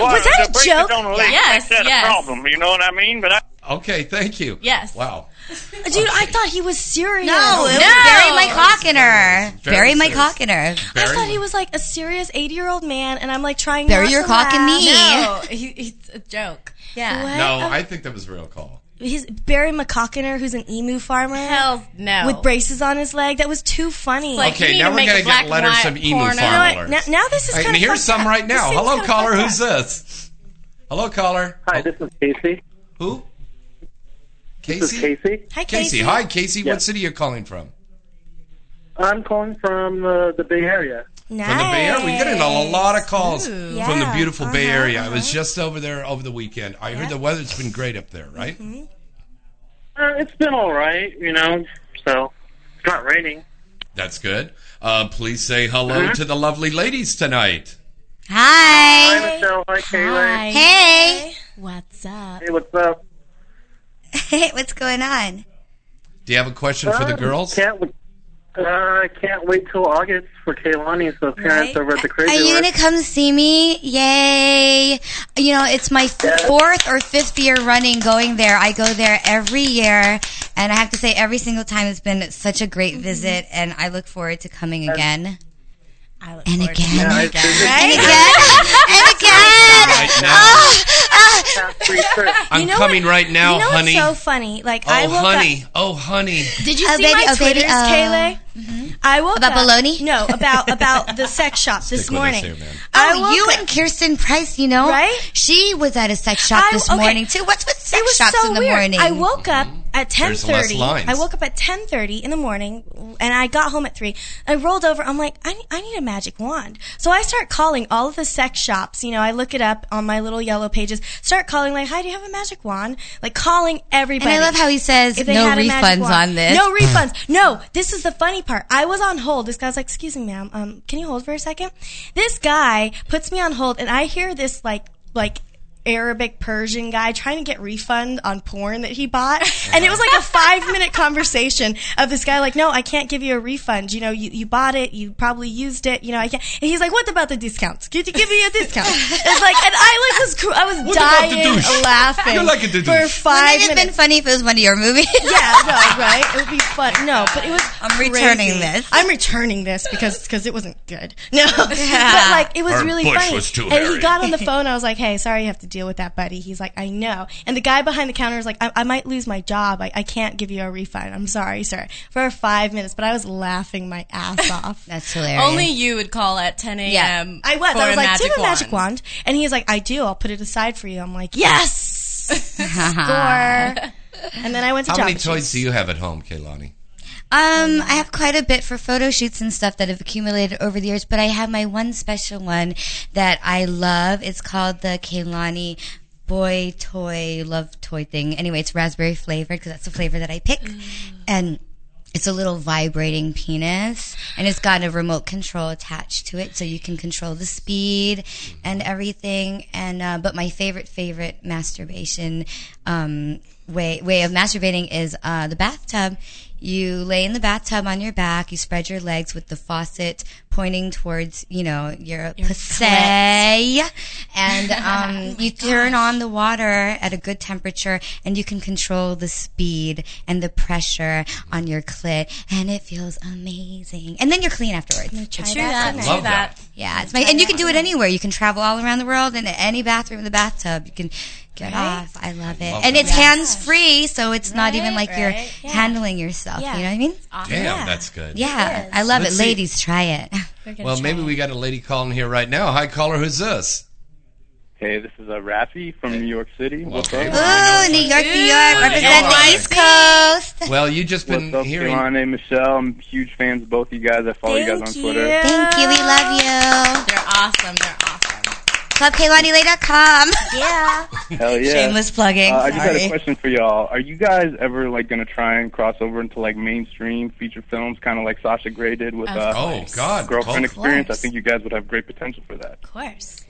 [SPEAKER 12] Well,
[SPEAKER 2] was that
[SPEAKER 12] the
[SPEAKER 2] a
[SPEAKER 12] break
[SPEAKER 2] joke?
[SPEAKER 12] Don't leak,
[SPEAKER 2] Yes,
[SPEAKER 12] that's
[SPEAKER 2] yes.
[SPEAKER 12] a problem. You know what I mean? But I,
[SPEAKER 3] Okay, thank you.
[SPEAKER 2] Yes.
[SPEAKER 3] Wow.
[SPEAKER 2] Dude, I thought he was serious.
[SPEAKER 4] No, it was Barry McCockiner. Barry
[SPEAKER 3] Very serious.
[SPEAKER 4] McCockiner.
[SPEAKER 2] I thought he was like a serious 80 year old man, and I'm like trying
[SPEAKER 4] Barry,
[SPEAKER 2] not
[SPEAKER 4] you're
[SPEAKER 2] to
[SPEAKER 4] cocking
[SPEAKER 2] laugh.
[SPEAKER 4] me.
[SPEAKER 5] No, he, he's a joke.
[SPEAKER 2] Yeah. What?
[SPEAKER 3] No,
[SPEAKER 2] Oh.
[SPEAKER 3] I think that was a real call.
[SPEAKER 2] He's Barry McCockiner, who's an emu farmer.
[SPEAKER 5] Hell no.
[SPEAKER 2] With braces on his leg. That was too funny.
[SPEAKER 3] like, Okay, you need now to we're make gonna a get black and letters white from emu porno. farm
[SPEAKER 2] You know what?
[SPEAKER 3] alerts.
[SPEAKER 2] Now, now this is
[SPEAKER 3] Hey,
[SPEAKER 2] kind
[SPEAKER 3] and
[SPEAKER 2] of
[SPEAKER 3] here's some right now. Hello, caller. Who's this? Hello, caller. Hi,
[SPEAKER 14] this is Casey.
[SPEAKER 3] Who? Casey.
[SPEAKER 14] This is Casey.
[SPEAKER 2] Hi,
[SPEAKER 3] Casey.
[SPEAKER 14] Casey.
[SPEAKER 3] Hi, Casey.
[SPEAKER 14] Yeah.
[SPEAKER 3] What city are you calling from?
[SPEAKER 14] I'm calling from uh, the Bay Area.
[SPEAKER 3] From the Bay Area. We get in a lot of calls
[SPEAKER 14] Ooh.
[SPEAKER 3] from the
[SPEAKER 14] Yeah,
[SPEAKER 3] beautiful Bay
[SPEAKER 14] uh-huh,
[SPEAKER 3] Area. I was just over there over the weekend. I heard the weather's been great up there, right?
[SPEAKER 14] Uh, it's been all right, you know. So it's not raining.
[SPEAKER 3] That's good. Uh, please say hello
[SPEAKER 4] Uh-huh.
[SPEAKER 3] to the lovely ladies tonight.
[SPEAKER 4] Hi.
[SPEAKER 14] Hi, Michelle. Hi, Kayla.
[SPEAKER 4] Hey.
[SPEAKER 5] What's up?
[SPEAKER 14] Hey, what's up?
[SPEAKER 4] Hey, what's going on?
[SPEAKER 3] Do you have a question for the
[SPEAKER 14] Um,
[SPEAKER 3] girls?
[SPEAKER 14] Can't w- uh, I can't wait till August for Kaylani. So parents over at the
[SPEAKER 4] Are
[SPEAKER 14] crazy.
[SPEAKER 4] you
[SPEAKER 14] Works.
[SPEAKER 4] gonna come see me? Yay! You know, it's my fourth or fifth year running going there. I go there every year, and I have to say, every single time it's been such a
[SPEAKER 5] Mm-hmm.
[SPEAKER 4] great visit, and I look forward to coming again.
[SPEAKER 5] I look
[SPEAKER 4] and
[SPEAKER 5] forward
[SPEAKER 4] again.
[SPEAKER 5] to coming again.
[SPEAKER 4] and
[SPEAKER 5] Right?
[SPEAKER 4] again, and again. Oh,
[SPEAKER 3] Right now. I'm
[SPEAKER 2] Ah, You know
[SPEAKER 3] coming
[SPEAKER 2] what-
[SPEAKER 3] right now,
[SPEAKER 2] you know
[SPEAKER 3] honey.
[SPEAKER 2] What's so funny. Like
[SPEAKER 3] oh,
[SPEAKER 2] I woke
[SPEAKER 3] honey.
[SPEAKER 2] up.
[SPEAKER 3] Oh, honey.
[SPEAKER 2] Did you
[SPEAKER 4] Oh,
[SPEAKER 2] see
[SPEAKER 4] baby,
[SPEAKER 2] my
[SPEAKER 4] oh, baby,
[SPEAKER 2] Twitters,
[SPEAKER 4] oh.
[SPEAKER 2] Kayla? I woke
[SPEAKER 4] About
[SPEAKER 2] up.
[SPEAKER 4] baloney?
[SPEAKER 2] No, about about the sex shop this
[SPEAKER 4] Stick with us
[SPEAKER 2] morning.
[SPEAKER 4] here, man.
[SPEAKER 2] I
[SPEAKER 4] Oh,
[SPEAKER 2] woke
[SPEAKER 4] you
[SPEAKER 2] up-
[SPEAKER 4] and Kirsten Price, you know,
[SPEAKER 2] Right?
[SPEAKER 4] She was at a sex shop
[SPEAKER 2] I-
[SPEAKER 4] this
[SPEAKER 2] okay.
[SPEAKER 4] morning too. What's with sex
[SPEAKER 2] it was
[SPEAKER 4] shops
[SPEAKER 2] so
[SPEAKER 4] in the
[SPEAKER 2] weird.
[SPEAKER 4] morning?
[SPEAKER 2] I woke up at ten
[SPEAKER 4] There's less
[SPEAKER 2] thirty.
[SPEAKER 4] lines.
[SPEAKER 2] I woke up at ten thirty in the morning, and I got home at three. I rolled over. I'm like, I, I need a magic wand. So I start calling all of the sex shops. You know, I look it up on my little yellow pages. Start calling like, Hi, do you have a magic wand? Like calling everybody.
[SPEAKER 4] And I love how he says,
[SPEAKER 2] if they
[SPEAKER 4] "No
[SPEAKER 2] had a magic
[SPEAKER 4] refunds
[SPEAKER 2] wand."
[SPEAKER 4] on this."
[SPEAKER 2] No refunds. No, this is the funny part. I was on hold. This guy's like, "Excuse me, ma'am. Um, can you hold for a second? This guy puts me on hold, and I hear this like like Arabic Persian guy trying to get refund on porn that he bought, and it was like a five minute conversation of this guy like, "No, I can't give you a refund. You know, you, you bought it, you probably used it. You know, I can't." And he's like, "What about the discounts? Could you give me a discount?" It's like, and I like was cr- I was
[SPEAKER 4] What about the
[SPEAKER 2] dying
[SPEAKER 4] douche?
[SPEAKER 2] laughing
[SPEAKER 4] You're like a
[SPEAKER 2] for
[SPEAKER 4] douche.
[SPEAKER 2] five
[SPEAKER 4] Wouldn't it have
[SPEAKER 2] minutes.
[SPEAKER 4] been funny if it was one of your movies?
[SPEAKER 2] yeah, no, right? It would be fun. No, but it was. I'm
[SPEAKER 4] returning this.
[SPEAKER 2] I'm returning this because because it wasn't good. No,
[SPEAKER 4] Yeah.
[SPEAKER 2] but like it was
[SPEAKER 4] Our
[SPEAKER 2] really
[SPEAKER 4] bush
[SPEAKER 2] funny.
[SPEAKER 4] was too
[SPEAKER 2] and
[SPEAKER 4] hairy.
[SPEAKER 2] he got on the phone. I was like, "Hey, sorry, you have to deal with that, buddy." He's like, "I know." And the guy behind the counter was like, "I, I might lose my job. I, I can't give you a refund. I'm sorry, sir." For five minutes, but I was laughing my ass off.
[SPEAKER 4] That's
[SPEAKER 5] Only you would call at 10 a.m.
[SPEAKER 2] Yeah, I was.
[SPEAKER 5] For
[SPEAKER 2] I was
[SPEAKER 5] a
[SPEAKER 2] like, "Do
[SPEAKER 5] magic
[SPEAKER 2] you have a
[SPEAKER 5] wand.
[SPEAKER 2] magic wand?" And he's like, "I do. I'll put it aside for you." I'm like, "Yes." Score. and then I went to
[SPEAKER 4] Ah.
[SPEAKER 3] How
[SPEAKER 2] Jamba
[SPEAKER 3] many
[SPEAKER 2] Juice.
[SPEAKER 3] toys do you have at home, Kaylani?
[SPEAKER 4] Um, I have quite a bit for photo shoots and stuff that have accumulated over the years, but I have my one special one that I love. It's called the Kailani boy toy love toy thing. Anyway, it's raspberry flavored because that's the flavor that I pick,
[SPEAKER 2] Mm.
[SPEAKER 4] and it's a little vibrating penis, and it's got a remote control attached to it, so you can control the speed and everything. And uh, but my favorite favorite masturbation um, way way of masturbating is uh, the bathtub. You lay in the bathtub on your back. You spread your legs with the faucet pointing towards, you know, your, pussy, and
[SPEAKER 5] Oh
[SPEAKER 4] um, you turn on the water at a good temperature, and you can control the speed and the pressure on your clit, and it feels amazing. And then you're clean afterwards.
[SPEAKER 5] try True that that. tonight. Love that.
[SPEAKER 4] Yeah, it's my, and you can do it anywhere. You can travel all around the world in any bathroom, the bathtub. You can get
[SPEAKER 5] Right?
[SPEAKER 4] off. I love it,
[SPEAKER 3] love
[SPEAKER 4] and
[SPEAKER 3] that.
[SPEAKER 4] it's hands free, so it's not even like you're
[SPEAKER 5] right. Yeah.
[SPEAKER 4] handling yourself.
[SPEAKER 5] Yeah.
[SPEAKER 4] You know what I mean?
[SPEAKER 3] Damn, Yeah. that's good.
[SPEAKER 4] Yeah,
[SPEAKER 3] It
[SPEAKER 4] I love
[SPEAKER 3] Let's
[SPEAKER 4] it.
[SPEAKER 3] see.
[SPEAKER 4] Ladies, try it.
[SPEAKER 3] Well, maybe we got a lady calling here right now. Hi, caller. Who's this?
[SPEAKER 15] Hey, this is uh, Rafi from New York City. What's
[SPEAKER 3] Okay.
[SPEAKER 15] up?
[SPEAKER 4] Ooh, New York, New York, represent the East Coast.
[SPEAKER 3] Well, you just been
[SPEAKER 15] What's up,
[SPEAKER 3] hearing-
[SPEAKER 15] Kehlani, Michelle. I'm huge fans of both of you guys. I follow you guys on Twitter.
[SPEAKER 4] Thank you. We love you.
[SPEAKER 5] They're awesome. They're awesome.
[SPEAKER 4] ClubKaylaniLay.com. Yeah.
[SPEAKER 15] Hell yeah.
[SPEAKER 4] Shameless plugging.
[SPEAKER 15] Uh, I just got
[SPEAKER 4] Sorry.
[SPEAKER 15] a question for y'all. Are you guys ever like going to try and cross over into like mainstream feature films, kind of like Sasha Grey did with
[SPEAKER 5] Of
[SPEAKER 15] uh,
[SPEAKER 5] course.
[SPEAKER 3] Oh, God.
[SPEAKER 15] girlfriend
[SPEAKER 3] Of
[SPEAKER 15] experience? I
[SPEAKER 3] course.
[SPEAKER 15] think you guys would have great potential for that.
[SPEAKER 5] Of course.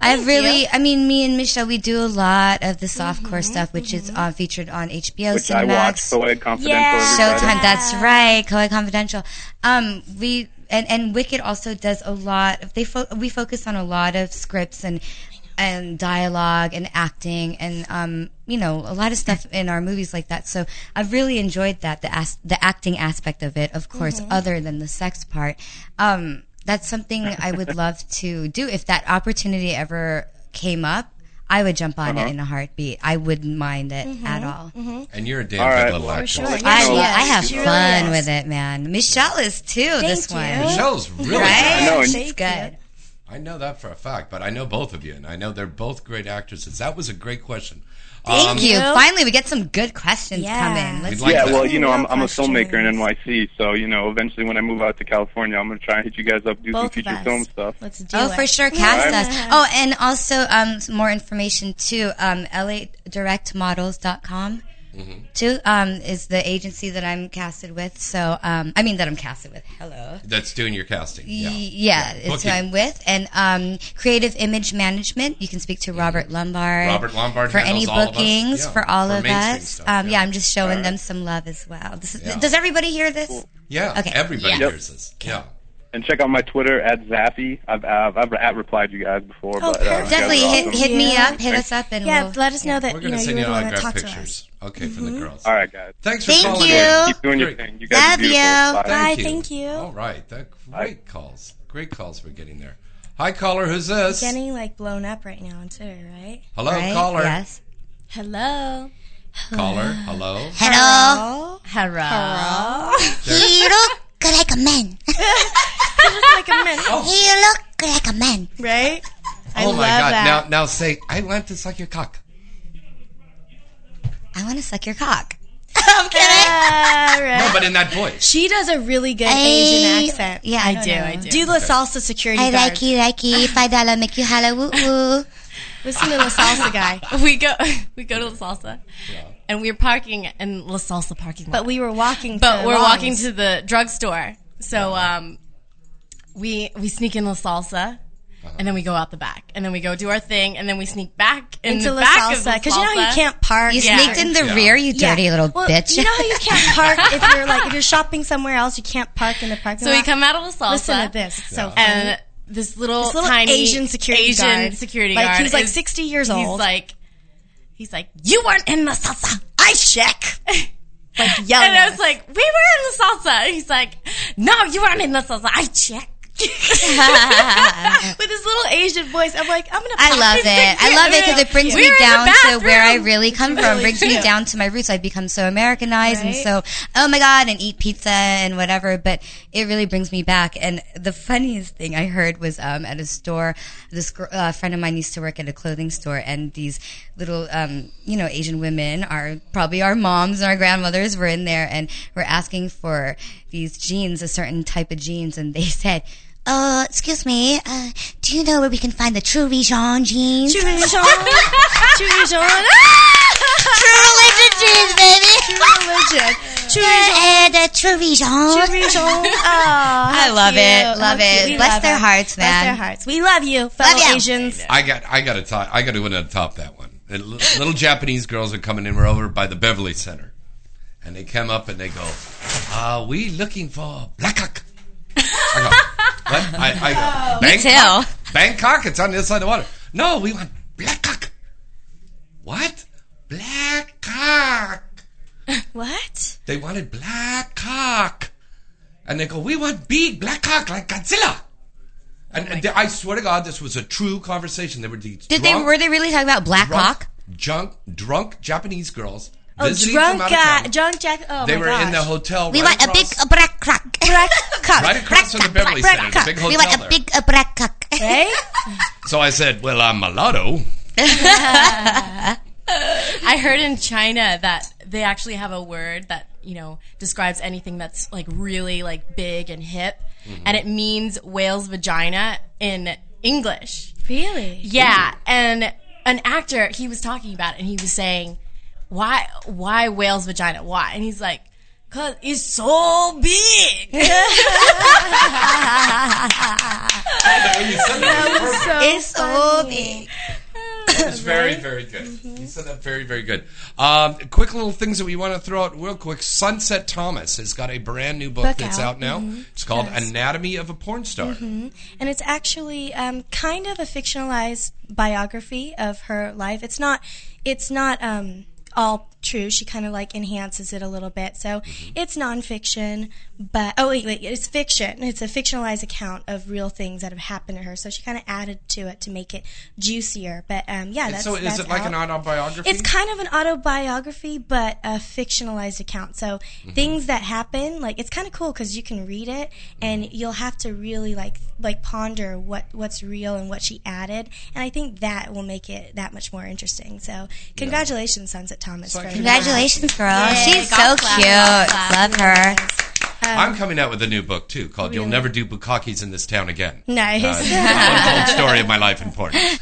[SPEAKER 4] I've really, I mean, me and Michelle, we do a lot of the softcore
[SPEAKER 5] Mm-hmm.
[SPEAKER 4] stuff, which is uh, featured on HBO
[SPEAKER 15] Which I watch,
[SPEAKER 4] Cinemax.
[SPEAKER 15] so I confidential. every Friday.
[SPEAKER 4] Showtime. That's right. Coed Confidential. Um, we and and Wicked also does a lot. Of, they fo- we focus on a lot of scripts and and dialogue and acting and um you know a lot of stuff in our movies like that. So I've really enjoyed that the as- the acting aspect of it, of course,
[SPEAKER 5] Mhm.
[SPEAKER 4] other than the sex part. Um, that's something I would love to do if that opportunity ever came up. I would jump on
[SPEAKER 3] Uh-huh.
[SPEAKER 4] it in a heartbeat. I wouldn't mind it at all.
[SPEAKER 3] And you're a damn
[SPEAKER 15] All
[SPEAKER 3] good
[SPEAKER 15] right.
[SPEAKER 3] little
[SPEAKER 15] For
[SPEAKER 3] actor.
[SPEAKER 15] sure,
[SPEAKER 4] I, yeah, I have fun with it, man. Michelle is too. this one,
[SPEAKER 3] Michelle's really
[SPEAKER 4] right.
[SPEAKER 3] good.
[SPEAKER 4] She's good.
[SPEAKER 3] I know that for a fact, but I know both of you, and I know they're both great actresses. That was a great question.
[SPEAKER 4] Thank
[SPEAKER 3] Um,
[SPEAKER 4] you. Finally, we get some good questions coming. Let's
[SPEAKER 15] yeah,
[SPEAKER 4] do
[SPEAKER 15] well,
[SPEAKER 4] it.
[SPEAKER 15] you know, I'm, I'm a filmmaker in NYC, so you know, eventually when I move out to California, I'm gonna try and hit you guys up, do
[SPEAKER 4] Both of
[SPEAKER 15] some feature
[SPEAKER 4] us.
[SPEAKER 15] film stuff.
[SPEAKER 5] Let's do
[SPEAKER 4] Oh, for sure, cast
[SPEAKER 15] All right.
[SPEAKER 4] us. Oh, and also um, some more information too. Um, LADirectModels.com
[SPEAKER 3] Mm-hmm.
[SPEAKER 4] too um, is the agency that I'm casted with. So, um, I mean that I'm casted with. Hello.
[SPEAKER 3] That's doing your casting.
[SPEAKER 4] Yeah,
[SPEAKER 3] Yeah.
[SPEAKER 4] it's who
[SPEAKER 3] Booking.
[SPEAKER 4] I'm with. And um, Creative Image Management, you can speak to Robert Lombard.
[SPEAKER 3] Robert Lombard
[SPEAKER 4] for any
[SPEAKER 3] handles all of us.
[SPEAKER 4] bookings
[SPEAKER 3] Yeah,
[SPEAKER 4] for all
[SPEAKER 3] for
[SPEAKER 4] of
[SPEAKER 3] mainstream
[SPEAKER 4] us.
[SPEAKER 3] stuff,
[SPEAKER 4] um, yeah. I'm just showing them some love as well. This is,
[SPEAKER 15] Yeah.
[SPEAKER 4] Does everybody hear this?
[SPEAKER 3] Yeah,
[SPEAKER 4] Okay.
[SPEAKER 3] everybody
[SPEAKER 4] Yeah.
[SPEAKER 3] hears this. Yeah.
[SPEAKER 15] And check out my Twitter at Zappy. I've I've, I've at replied you guys before,
[SPEAKER 2] Oh,
[SPEAKER 15] but uh, you guys are
[SPEAKER 4] Definitely hit,
[SPEAKER 15] awesome.
[SPEAKER 4] hit me up, hit
[SPEAKER 15] Thanks.
[SPEAKER 4] us up, and
[SPEAKER 2] yeah,
[SPEAKER 4] we'll,
[SPEAKER 2] let us know that
[SPEAKER 3] We're
[SPEAKER 2] you
[SPEAKER 3] going
[SPEAKER 2] know you
[SPEAKER 3] to send
[SPEAKER 2] would
[SPEAKER 3] you
[SPEAKER 2] want to
[SPEAKER 3] autograph
[SPEAKER 2] talk to us.
[SPEAKER 3] pictures. Okay, for the girls.
[SPEAKER 15] All right, guys.
[SPEAKER 3] Thanks for
[SPEAKER 4] Thank
[SPEAKER 3] calling
[SPEAKER 4] you.
[SPEAKER 3] in.
[SPEAKER 15] Keep doing your
[SPEAKER 3] Great.
[SPEAKER 15] thing. You guys are
[SPEAKER 4] Love
[SPEAKER 15] beautiful.
[SPEAKER 4] you.
[SPEAKER 15] Bye.
[SPEAKER 2] Bye, thank you.
[SPEAKER 3] All right. That, great calls. Great calls we're getting there. Hi, caller. Who's this?
[SPEAKER 2] Getting like blown up right now on Twitter, right?
[SPEAKER 3] Hello, caller.
[SPEAKER 5] Hello.
[SPEAKER 3] Caller. Hello.
[SPEAKER 5] Hello. Hello.
[SPEAKER 4] He look like a man.
[SPEAKER 2] He look like a man.
[SPEAKER 4] He look like a man.
[SPEAKER 2] Right? I
[SPEAKER 3] oh,
[SPEAKER 2] love
[SPEAKER 3] my God.
[SPEAKER 2] that.
[SPEAKER 3] Now, now say, I want to suck your cock.
[SPEAKER 4] I want to suck your cock.
[SPEAKER 2] I'm kidding.
[SPEAKER 3] No, but in that voice.
[SPEAKER 2] She does a really good
[SPEAKER 4] I-
[SPEAKER 2] Asian accent.
[SPEAKER 4] yeah, I
[SPEAKER 2] I,
[SPEAKER 4] don't
[SPEAKER 2] do.
[SPEAKER 4] know.
[SPEAKER 2] I do. Do the salsa security
[SPEAKER 4] I
[SPEAKER 2] guard.
[SPEAKER 4] like you, like you. Five dollar make you holla woo woo.
[SPEAKER 5] Listen to La Salsa guy. we go we go to La Salsa. And we were parking in La Salsa parking lot.
[SPEAKER 2] But we were walking.
[SPEAKER 5] But
[SPEAKER 2] to
[SPEAKER 5] we're
[SPEAKER 2] Longs.
[SPEAKER 5] walking to the drugstore. So um, we we sneak in La Salsa. And then we go out the back, and then we go do our thing, and then we sneak back in
[SPEAKER 2] Into
[SPEAKER 5] the
[SPEAKER 2] La
[SPEAKER 5] back of
[SPEAKER 2] Salsa, 'cause you know how you can't park.
[SPEAKER 4] You
[SPEAKER 5] Yeah.
[SPEAKER 4] sneaked in the
[SPEAKER 5] Yeah.
[SPEAKER 4] rear, you dirty little
[SPEAKER 2] well,
[SPEAKER 4] bitch.
[SPEAKER 2] You know how you can't park if you're like if you're shopping somewhere else, you can't park in the parking
[SPEAKER 5] So
[SPEAKER 2] lot.
[SPEAKER 5] we come out of La Salsa.
[SPEAKER 2] Listen to this. It's so funny.
[SPEAKER 5] and this little,
[SPEAKER 2] This little
[SPEAKER 5] tiny
[SPEAKER 2] Asian security
[SPEAKER 5] Asian
[SPEAKER 2] guard.
[SPEAKER 5] security
[SPEAKER 2] Like,
[SPEAKER 5] guard
[SPEAKER 2] he's like
[SPEAKER 5] is-
[SPEAKER 2] 60 years
[SPEAKER 5] He's
[SPEAKER 2] old.
[SPEAKER 5] like, he's like, you weren't in the salsa. I check.
[SPEAKER 2] like yelling.
[SPEAKER 5] And I was like, we were in the salsa. And he's like, no, you weren't in the salsa. I check.
[SPEAKER 2] With his little Asian voice, I'm like, I'm gonna.
[SPEAKER 4] I love it. I love it because it brings me down to where I really come
[SPEAKER 2] It's
[SPEAKER 4] from.
[SPEAKER 2] really
[SPEAKER 4] brings me
[SPEAKER 2] cute.
[SPEAKER 4] down to my roots. I've become so Americanized and
[SPEAKER 2] Right.
[SPEAKER 4] so oh my god, and eat pizza and whatever. But it really brings me back. And the funniest thing I heard was um, at a store. This gr- uh, friend of mine used to work at a clothing store, and these little um, you know Asian women are probably our moms and our grandmothers were in there and were asking for these jeans, a certain type of jeans, and they said. Uh, excuse me. Uh, do you know where we can find the True Religion jeans?
[SPEAKER 2] True Religion. True Religion.
[SPEAKER 4] True Religion jeans, baby. True
[SPEAKER 2] Religion. True
[SPEAKER 4] Religion. the True Religion.
[SPEAKER 2] True Religion. Oh, how
[SPEAKER 4] I love it.
[SPEAKER 2] cute.
[SPEAKER 4] Love
[SPEAKER 2] How
[SPEAKER 4] it.
[SPEAKER 2] cute. We
[SPEAKER 4] Bless
[SPEAKER 2] love
[SPEAKER 4] their
[SPEAKER 2] it.
[SPEAKER 4] hearts,
[SPEAKER 2] Bless
[SPEAKER 4] man.
[SPEAKER 2] their hearts. We love you, fellow
[SPEAKER 4] you.
[SPEAKER 2] Asians.
[SPEAKER 3] I got I got to top I got to win on top that one. The li- Little Japanese girls are coming in. We're over by the Beverly Center, and they come up and they go, "Are we looking for Blackock?" I go, "What?" I, I go,
[SPEAKER 4] Me
[SPEAKER 3] "Bangkok? Bangkok? It's on the other side of the water." No, we want Blackock. What? Black cock.
[SPEAKER 2] What?
[SPEAKER 3] They wanted black cock, and they go, "We want big black cock like Godzilla." And, and I swear to God, this was a true conversation. They were
[SPEAKER 4] Oh
[SPEAKER 3] these
[SPEAKER 4] Did
[SPEAKER 3] drunk-
[SPEAKER 4] they were they really talking about Black
[SPEAKER 3] drunk,
[SPEAKER 4] Hawk?
[SPEAKER 3] Junk, drunk Japanese girls.
[SPEAKER 2] Oh,
[SPEAKER 3] visiting
[SPEAKER 2] drunk
[SPEAKER 3] from out of town.
[SPEAKER 2] guy, drunk Jack. Oh
[SPEAKER 3] they
[SPEAKER 2] my
[SPEAKER 3] were
[SPEAKER 2] gosh.
[SPEAKER 3] in the hotel.
[SPEAKER 4] We
[SPEAKER 3] right
[SPEAKER 4] want a big
[SPEAKER 3] across-
[SPEAKER 4] a black cock.
[SPEAKER 2] Black cock.
[SPEAKER 3] Right across from the Beverly Center, the big
[SPEAKER 4] We
[SPEAKER 3] hotel
[SPEAKER 4] want a
[SPEAKER 3] there.
[SPEAKER 4] big a black cock.
[SPEAKER 2] Right?
[SPEAKER 3] So I said, "Well, I'm mulatto."
[SPEAKER 5] I heard in China that they actually have a word that you know describes anything that's like really like big and hip,
[SPEAKER 3] Mm-hmm.
[SPEAKER 2] Mhm.
[SPEAKER 5] and it means whale's vagina in English.
[SPEAKER 2] Really?
[SPEAKER 5] Yeah, and an actor he was talking about, it, and he was saying, "Why, why whale's vagina? Why?" And he's like, "Cause it's so big."
[SPEAKER 4] it's so big.
[SPEAKER 3] It was very, very good.
[SPEAKER 2] Mm-hmm.
[SPEAKER 3] You said that very, very good. Um, quick little things that we want to throw out real quick. Sunset Thomas has got a brand new book,
[SPEAKER 2] Book
[SPEAKER 3] that's out,
[SPEAKER 2] out.
[SPEAKER 3] now.
[SPEAKER 2] Mhm.
[SPEAKER 3] It's called
[SPEAKER 2] Yes.
[SPEAKER 3] Anatomy of a Porn Star.
[SPEAKER 2] hmm And it's actually um, kind of a fictionalized biography of her life. It's not. It's not um, all true. She kind of like enhances it a little bit. So
[SPEAKER 3] Mm-hmm.
[SPEAKER 2] it's nonfiction, but oh wait, wait, it's fiction. It's a fictionalized account of real things that have happened to her. So she kind of added to it to make it juicier. But um, yeah,
[SPEAKER 3] And
[SPEAKER 2] that's
[SPEAKER 3] so is
[SPEAKER 2] that's
[SPEAKER 3] it like
[SPEAKER 2] out.
[SPEAKER 3] an autobiography?
[SPEAKER 2] It's kind of an autobiography, but a fictionalized account. So
[SPEAKER 3] Mhm.
[SPEAKER 2] things that happen, like it's kind of cool because you can read it and you'll have to really like like ponder what what's real and what she added. And I think that will make it that much more interesting. So congratulations, Sunset Thomas. for-
[SPEAKER 4] Congratulations, girl.
[SPEAKER 2] Yay,
[SPEAKER 4] She's so
[SPEAKER 2] golf clap,
[SPEAKER 4] cute.
[SPEAKER 2] golf clap.
[SPEAKER 4] Love her.
[SPEAKER 3] I'm coming out with a new book too, called "You'll
[SPEAKER 2] Really?
[SPEAKER 3] Never Do Bukakis in This Town Again."
[SPEAKER 2] Oh, Nice.
[SPEAKER 3] Uh, one whole story of my life in porn.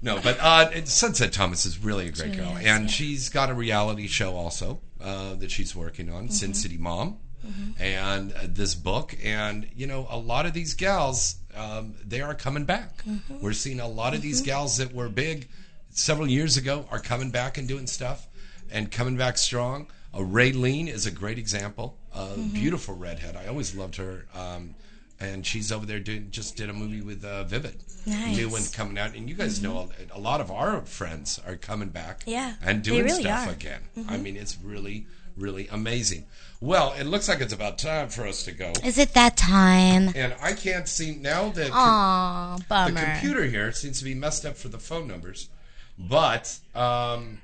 [SPEAKER 3] No, No, but uh, it- Sunset Thomas is really a great
[SPEAKER 10] She
[SPEAKER 3] girl,
[SPEAKER 10] is,
[SPEAKER 3] and she's got a reality show also uh, that she's working on, Sin City Mom,
[SPEAKER 10] Mhm.
[SPEAKER 3] and uh, this book, and you know, a lot of these gals, um, they are coming back.
[SPEAKER 9] Mm-hmm.
[SPEAKER 10] Mhm.
[SPEAKER 3] We're seeing a lot of these gals that were big several years ago are coming back and doing stuff and coming back strong. Uh, Raylene is a great example, a
[SPEAKER 10] Mhm.
[SPEAKER 3] beautiful redhead. I always loved her. Um, and she's over there doing just did a movie with uh, Vivid,
[SPEAKER 10] Nice.
[SPEAKER 3] new one coming out. And you guys know a, a lot of our friends are coming back,
[SPEAKER 10] Yeah,
[SPEAKER 3] and
[SPEAKER 10] they
[SPEAKER 3] doing
[SPEAKER 10] really
[SPEAKER 3] stuff
[SPEAKER 10] are.
[SPEAKER 3] again.
[SPEAKER 10] Mhm.
[SPEAKER 3] I mean, it's really, really amazing. Well, it looks like it's about time for us to go.
[SPEAKER 4] Is it that time?
[SPEAKER 3] And I can't see now that
[SPEAKER 4] Aw,
[SPEAKER 3] the
[SPEAKER 4] bummer.
[SPEAKER 3] computer here seems to be messed up for the phone numbers. But um,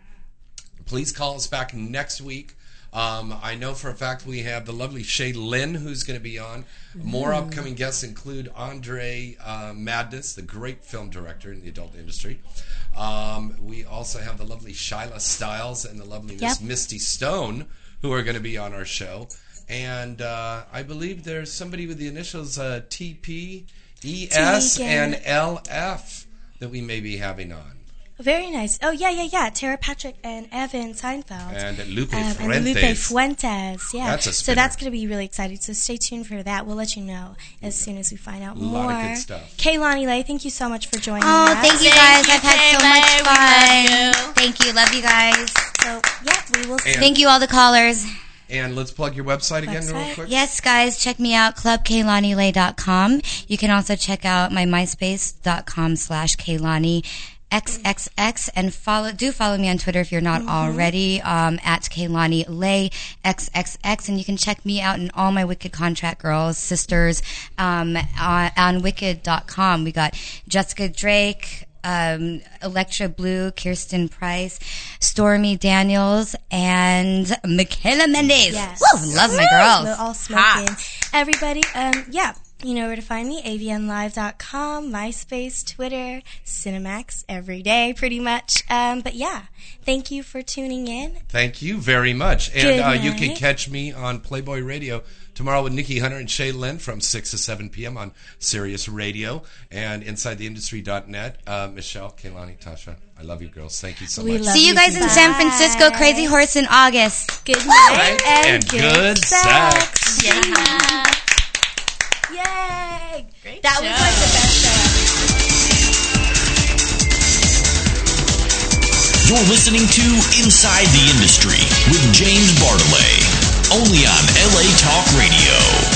[SPEAKER 3] please call us back next week. Um, I know for a fact we have the lovely Shay Lynn who's going to be on. More
[SPEAKER 10] Ooh.
[SPEAKER 3] upcoming guests include Andre uh, Madness, the great film director in the adult industry. Um, we also have the lovely Shyla Stiles and the lovely Miss
[SPEAKER 10] Yep.
[SPEAKER 3] Misty Stone who are going to be on our show. And uh, I believe there's somebody with the initials uh, E TP, ES,
[SPEAKER 2] Tegan.
[SPEAKER 3] and LF that we may be having on.
[SPEAKER 2] Very nice. Oh yeah, yeah, yeah. Tara Patrick and Evan Seinfeld.
[SPEAKER 3] And Lupe
[SPEAKER 2] Um, and
[SPEAKER 3] Fuentes.
[SPEAKER 2] Lupe Fuentes, yeah.
[SPEAKER 3] That's a
[SPEAKER 2] so
[SPEAKER 3] spinner.
[SPEAKER 2] that's going to be really exciting. So stay tuned for that. We'll let you know as soon as we find out more.
[SPEAKER 3] Lot of good stuff.
[SPEAKER 2] Kaylani Lay, thank you so much for joining
[SPEAKER 4] Oh,
[SPEAKER 2] us.
[SPEAKER 4] thank you guys. I've had so much fun. Thank you. Love you guys.
[SPEAKER 2] So, yeah, we will
[SPEAKER 3] And-
[SPEAKER 4] Thank you, all the callers.
[SPEAKER 3] And let's plug your website again real quick.
[SPEAKER 4] Yes, guys, check me out, clubkaylanilay.com. You can also check out my myspace.com slash Kaylani XXX and follow, do follow me on Twitter if you're not already, um, at Kaylani Lay XXX. And you can check me out and all my Wicked Contract Girls sisters, um, on, on Wicked.com. We got Jessica Drake, um, Electra Blue, Kirsten Price, Stormy Daniels, and Michaela Mendez.
[SPEAKER 2] Yes.
[SPEAKER 4] Woo, love my
[SPEAKER 2] Woo!
[SPEAKER 4] girls.
[SPEAKER 2] We're all smoking. Everybody, um, yeah, you know where to find me: avnlive.com, MySpace, Twitter, Cinemax every day, pretty much. Um, but yeah, thank you for tuning in.
[SPEAKER 3] Thank you very much. And
[SPEAKER 2] Good
[SPEAKER 3] uh, you
[SPEAKER 2] night.
[SPEAKER 3] can catch me on Playboy Radio tomorrow with Nikki Hunter and Shay Lynn from 6 to 7 p.m. on Sirius Radio and InsideTheIndustry.net. Uh, Michelle, Kaylani, Tasha, I love you girls. Thank you so
[SPEAKER 4] We
[SPEAKER 3] much.
[SPEAKER 4] love See you guys in San Francisco, Crazy Horse in August.
[SPEAKER 2] Good
[SPEAKER 3] Right? And good sex.
[SPEAKER 2] Yay! Great that was like the best show.
[SPEAKER 1] You're listening to Inside the Industry with James Bartolet, only on LA Talk Radio.